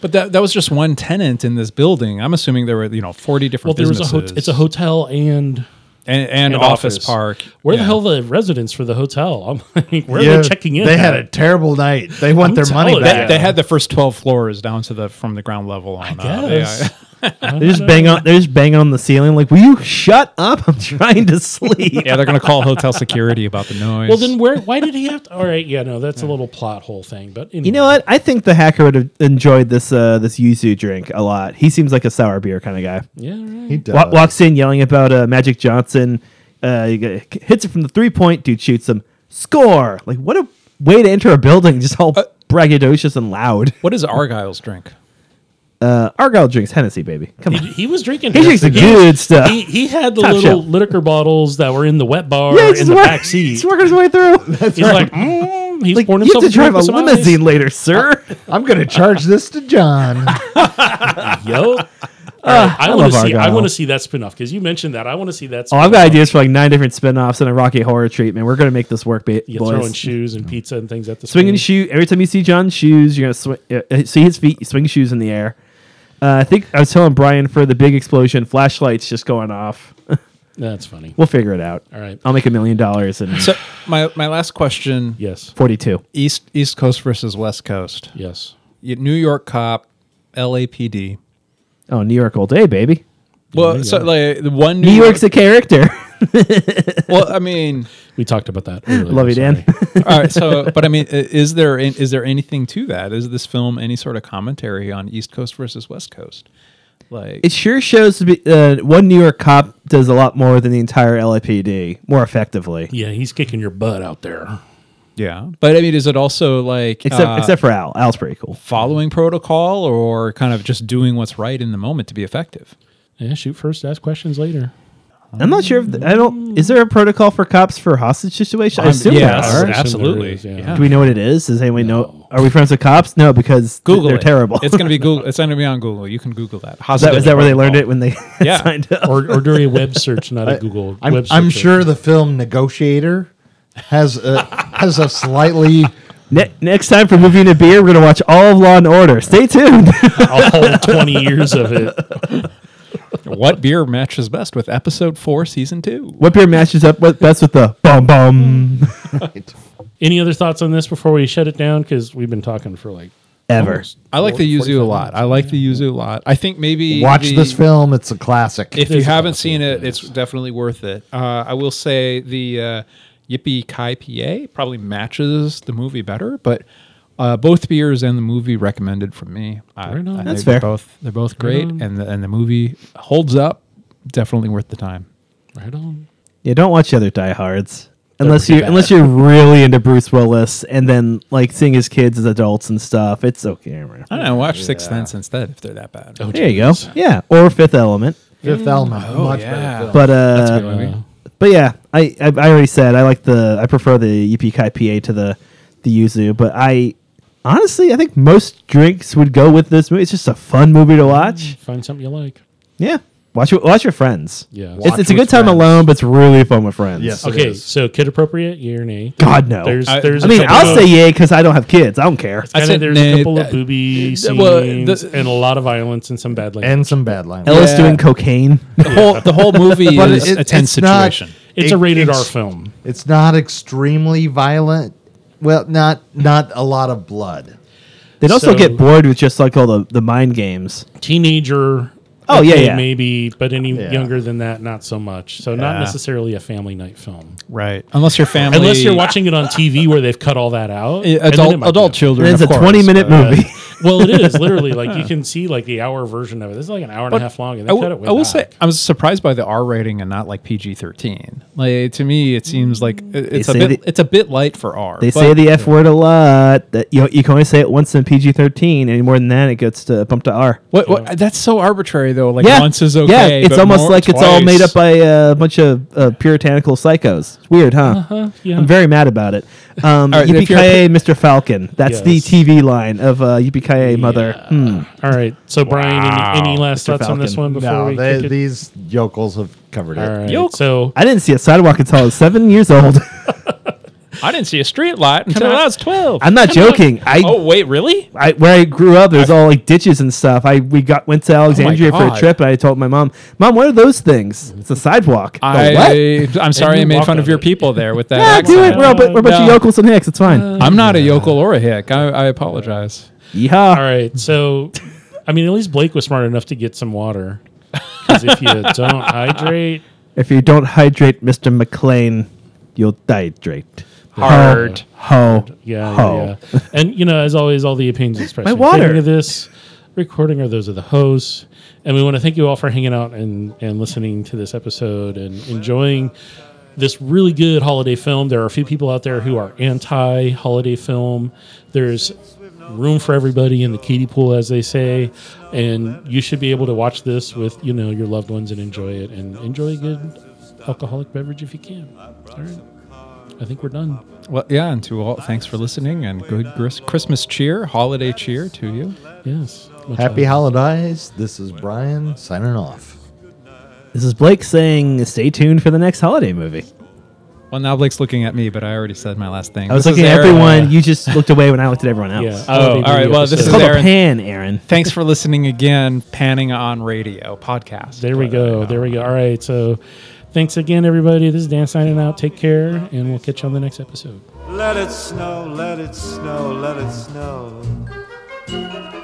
S2: but that, that was just one tenant in this building. I'm assuming there were you know 40
S1: Well,
S2: different.
S1: there was a
S2: businesses
S1: hotel. It's a hotel and.
S2: and, and,
S1: and
S2: office, park.
S1: Where
S2: Yeah.
S1: the hell the residents for the hotel? I'm [laughs] like, where
S4: Yeah,
S1: are they checking in?
S4: They had
S1: at?
S4: a terrible night. They want
S1: I'm
S4: their money
S1: telling
S2: They,
S1: you.
S4: back.
S2: they had the first 12 floors down to the from the ground level on. up. Yeah,
S1: Yes.
S3: they just bang on. They just bang on the ceiling. Like, will you shut up? I'm trying
S1: [laughs]
S3: to sleep.
S2: yeah, they're gonna call hotel security about the noise.
S1: Well,
S2: [laughs]
S1: then where? Why did he have to? All right, yeah, no, that's a little plot hole thing. But
S3: You know what? I think the hacker would have enjoyed this uh, this yuzu drink a lot. He seems like a sour beer kind of guy.
S1: Yeah, right.
S4: He does.
S3: Wa- walks in yelling about uh, Magic Johnson. Uh, he g- hits it from the three point. Dude shoots him. Score! Like what a way to enter a building, just
S1: Uh,
S3: all braggadocious and loud.
S2: what is Argyle's drink?
S3: Uh, Argyle drinks Hennessy, baby. Come
S1: He,
S3: on.
S1: he was drinking.
S3: He drinks the
S1: Hennessy.
S3: good stuff.
S1: He, he had the
S3: Top
S1: little
S3: shelf.
S1: liquor bottles that were in the wet bar
S3: [laughs] Yeah, he's
S1: in the
S3: work-
S1: back seat.
S3: He's working his
S1: [laughs]
S3: way through.
S1: He's like, mm, he's
S3: like,
S1: pouring
S3: you
S1: himself
S3: have to
S1: a drink
S3: drive a
S1: with some Uh, ice.
S3: limousine
S1: [laughs]
S3: later, sir.
S4: I'm going to charge this to John.
S3: [laughs]
S1: Yo, All right, I, want
S3: Ah,
S1: to
S3: love
S1: see. I
S3: Argyle.
S1: want to see that spinoff because you mentioned that. I want to see that.
S3: Oh, I've got
S1: spin-off.
S3: ideas for like nine different spin-offs and a Rocky Horror treatment. We're gonna make this work, ba-
S1: You throwing
S3: boys.
S1: shoes and pizza and things at the
S3: Swinging
S1: screen.
S3: shoe. Every time you see John's shoes, you're gonna swing, uh, uh, see his feet. You swing shoes in the air. Uh, I think I was telling Brian for the big explosion, flashlights just going off.
S1: That's funny.
S3: We'll figure it out.
S1: All right.
S3: I'll make a million dollars in
S2: So my my last question:
S1: Yes.
S3: forty-two.
S2: East East Coast versus West Coast.
S1: Yes.
S2: You- New York cop, LAPD.
S3: Oh, New York all day, baby.
S2: Well, so like the one
S3: New York's a character. [laughs]
S1: [laughs]
S2: well, I mean,
S1: We talked about
S3: [gasps]
S1: that. earlier,
S3: Love you,
S1: sorry.
S3: Dan.
S2: all right. So, but I mean, i- is there an- is there anything to that? Is this film any sort of commentary on East Coast versus West Coast? Like,
S3: [laughs] it sure shows to be uh, one New York cop does a lot more than the entire LAPD, more effectively.
S1: Yeah, he's kicking your butt out there.
S2: Yeah, but I mean, is it also like
S3: Except
S2: uh,
S3: except for Al. Al's pretty cool.
S2: following protocol or kind of just doing what's right in the moment to be effective?
S1: Yeah, shoot first, ask questions later.
S3: I'm not sure if th- I don't. Is there a protocol for cops for hostage situation? I
S2: I'm-
S3: assume
S2: yeah,
S3: there are.
S1: assume
S2: absolutely.
S1: there is, yeah.
S2: yeah.
S3: Do we know what it is? Does anyone know? Are we friends with cops? No, because th-
S2: Google
S3: they're [laughs]
S2: it.
S3: terrible.
S2: It's gonna be Google. It's gonna be on Google. You can Google that.
S3: is that, is that where they learned it when they [laughs]
S2: Yeah.
S3: signed up?
S1: Or, or during a web search,
S3: [laughs]
S1: not a Google
S4: I'm,
S1: web search.
S4: I'm sure the film Negotiator has a, has a slightly
S3: Ne- next time for movie and a beer, we're gonna watch all of Law and Order. Stay tuned.
S1: [laughs]
S3: [laughs]
S1: a whole 20 years of it.
S2: What beer matches best with episode four, season two?
S3: what beer matches up with best with the bum
S2: Hmm.
S3: bum
S1: Any other thoughts on this before we shut it down? Because we've been talking for like
S3: ever?
S2: I like the yuzu a lot. I like the yuzu a lot. I think maybe
S4: watch
S2: the-
S4: this film. It's a classic.
S2: If you
S1: There's a
S2: haven't
S1: couple
S2: seen
S1: of
S2: it, it's definitely worth it. Uh, I will say the uh, Yippee Kai PA probably matches the movie better, but uh, both beers and the movie recommended from me. I,
S1: Right on.
S2: I
S3: That's
S2: think
S3: fair.
S2: they're Both they're both great, and the, and the movie holds up. Definitely worth the time.
S1: right on.
S3: Yeah, don't watch the other diehards unless
S2: pretty
S3: you unless you're really into Bruce Willis and then like seeing his kids as adults and stuff. It's okay.
S2: I don't know. Watch Sixth Sense instead if they're that bad.
S1: Oh,
S3: There you go. Yeah, or Fifth Element.
S4: Fifth Element, much
S2: Oh,
S4: better
S2: yeah.
S4: film.
S3: But
S2: That's a good
S3: uh,
S2: movie.
S3: but yeah, I, I I already said I like the I prefer the E EP PA to the the Yuzu, but I honestly I think most drinks would go with this movie. It's just a fun movie to watch.
S1: Find something you like.
S3: Yeah, watch your watch your friends.
S1: Yeah.
S3: it's, it's a
S4: with
S3: good time
S4: friends.
S3: alone, but it's really fun with friends.
S4: Yes. It
S1: Okay,
S4: is.
S1: so kid appropriate, yeah or nay?
S3: God no.
S1: There's,
S2: I-
S1: there's
S3: I
S1: a
S3: mean,
S1: couple
S3: I'll
S1: of-
S3: say yay because I don't have kids. I don't care.
S2: I
S1: kinda
S2: said
S1: there's
S2: nay,
S1: a couple of
S2: that-
S1: booby
S2: th-
S1: scenes
S2: well, the-
S1: and a lot of violence and some bad language.
S4: and some bad language.
S3: Ellis
S2: Yeah.
S3: doing cocaine. [laughs]
S2: uh, The whole the whole movie
S4: But
S2: is
S4: it-
S2: a tense
S4: it's not-
S2: situation.
S1: it's
S4: it-
S1: a rated R
S4: it's-
S1: film.
S4: It's not extremely violent. Well, not not a lot of blood.
S3: They'd also
S1: So-
S3: get bored with just like all the, the mind games.
S1: Teenager.
S3: Oh, yeah, yeah.
S1: maybe, but any
S4: Yeah.
S1: younger than that, not so much. So not
S2: Yeah.
S1: necessarily a family night film,
S2: right? Unless your family,
S1: unless you're watching it on TV where they've cut all that out.
S2: Uh,
S1: and then it
S2: adult
S1: might be
S2: adult
S1: okay.
S2: children.
S3: it's
S2: of
S3: a
S2: course,
S3: twenty minute
S2: but-
S3: movie. [laughs]
S1: Well, it is literally like
S2: [laughs]
S1: you can see like the hour version of it. This is like an hour and a half long, and they
S2: I will-
S1: cut it. Way
S2: I will
S1: back.
S2: say I was surprised by the R rating and not like PG thirteen. Like to me, it seems like it- it's
S3: Mm.
S2: a
S3: say
S2: bit
S3: the-
S2: it's a bit light for R.
S3: They
S2: but
S3: say the F word a lot. That you you can only say it once in PG thirteen. Any more than that, it gets to bumped to R.
S2: what, what, that's so arbitrary though. Like
S3: Yeah,
S2: once is okay.
S3: Yeah, it's
S2: but
S3: almost
S2: more-
S3: like it's all made
S2: twice.
S3: up by a bunch of uh, puritanical psychos. It's weird, huh? Uh-huh,
S1: yeah.
S3: I'm very mad about
S2: [laughs]
S3: it. Um,
S2: All right, if you're-
S3: Yippee-ki-yay, Mr. Falcon. That's the
S1: Yes.
S3: TV line of uh, Yippee-ki-yay, mother. Hmm.
S1: All right. So, Brian, any, any last
S3: Mr.
S1: thoughts on
S3: Falcon.
S1: this one before
S4: No,
S1: we
S4: they,
S1: kick it?
S4: these yokels have covered
S1: All
S4: it.
S1: right.
S2: Yokel.
S1: So,
S3: I didn't see a sidewalk until I was seven years old. [laughs]
S2: I didn't see a street light until
S1: I-
S2: [laughs] I was twelve.
S3: I'm not joking. I
S2: oh wait, really?
S3: I, where I grew up, there's all like ditches and stuff. I we got went to Alexandria for
S2: Oh God.
S3: a trip, and I told my mom, "Mom, what are those things? It's a sidewalk." "Oh,
S2: [laughs]
S3: what?
S2: I I'm sorry
S1: you
S2: I made
S1: walk
S2: fun of
S1: on
S2: your
S1: it.
S2: people there
S3: [laughs]
S2: with that.
S3: yeah, do
S2: accent.
S3: it. We're, all, but we're a bunch
S2: No. Uh,
S3: of yokels and hicks. It's fine.
S2: I'm not a yokel or a hick. I, I apologize.
S3: Yeehaw!
S1: all right. So, I mean, at least Blake was smart enough to get some water. Because if you
S2: [laughs]
S1: don't hydrate,
S3: If you don't hydrate, Mister McLean, you'll dehydrate.
S2: Hard.
S3: Ho, ho,
S1: yeah,
S3: ho.
S1: yeah, yeah. And you know, as always, all the opinions expressed
S3: My
S1: in the beginning
S3: water.
S1: of this recording are those of the hosts. And we want to thank you all for hanging out and, and listening to this episode and enjoying this really good holiday film. There are a few people out there who are anti holiday film. There's room for everybody in the kiddie pool, as they say. And you should be able to watch this with, you know, your loved ones and enjoy it and enjoy a good alcoholic beverage if you can. All right. I think we're done.
S2: Well, yeah, and to all, thanks for listening and good gris- Christmas cheer, holiday cheer to you.
S1: Yes. Much
S4: Happy holidays. This is Brian signing off.
S3: This is Blake saying, "Stay tuned for the next holiday movie."
S2: Well, now Blake's looking at me, but I already said my last thing.
S3: I was
S2: This is
S3: looking at
S2: Aaron.
S3: everyone. You just looked away when I looked at everyone
S2: [laughs]
S3: else.
S1: Yeah.
S2: Oh, all right, well, this
S3: It's
S2: is
S3: called
S2: Aaron.
S3: a pan, Aaron.
S2: Thanks for listening again, Panning on Radio podcast.
S1: There we go. There we go. All right. So thanks again, everybody. This is Dan signing out. Take care, and we'll catch you on the next episode.
S6: Let it snow, let it snow, let it snow.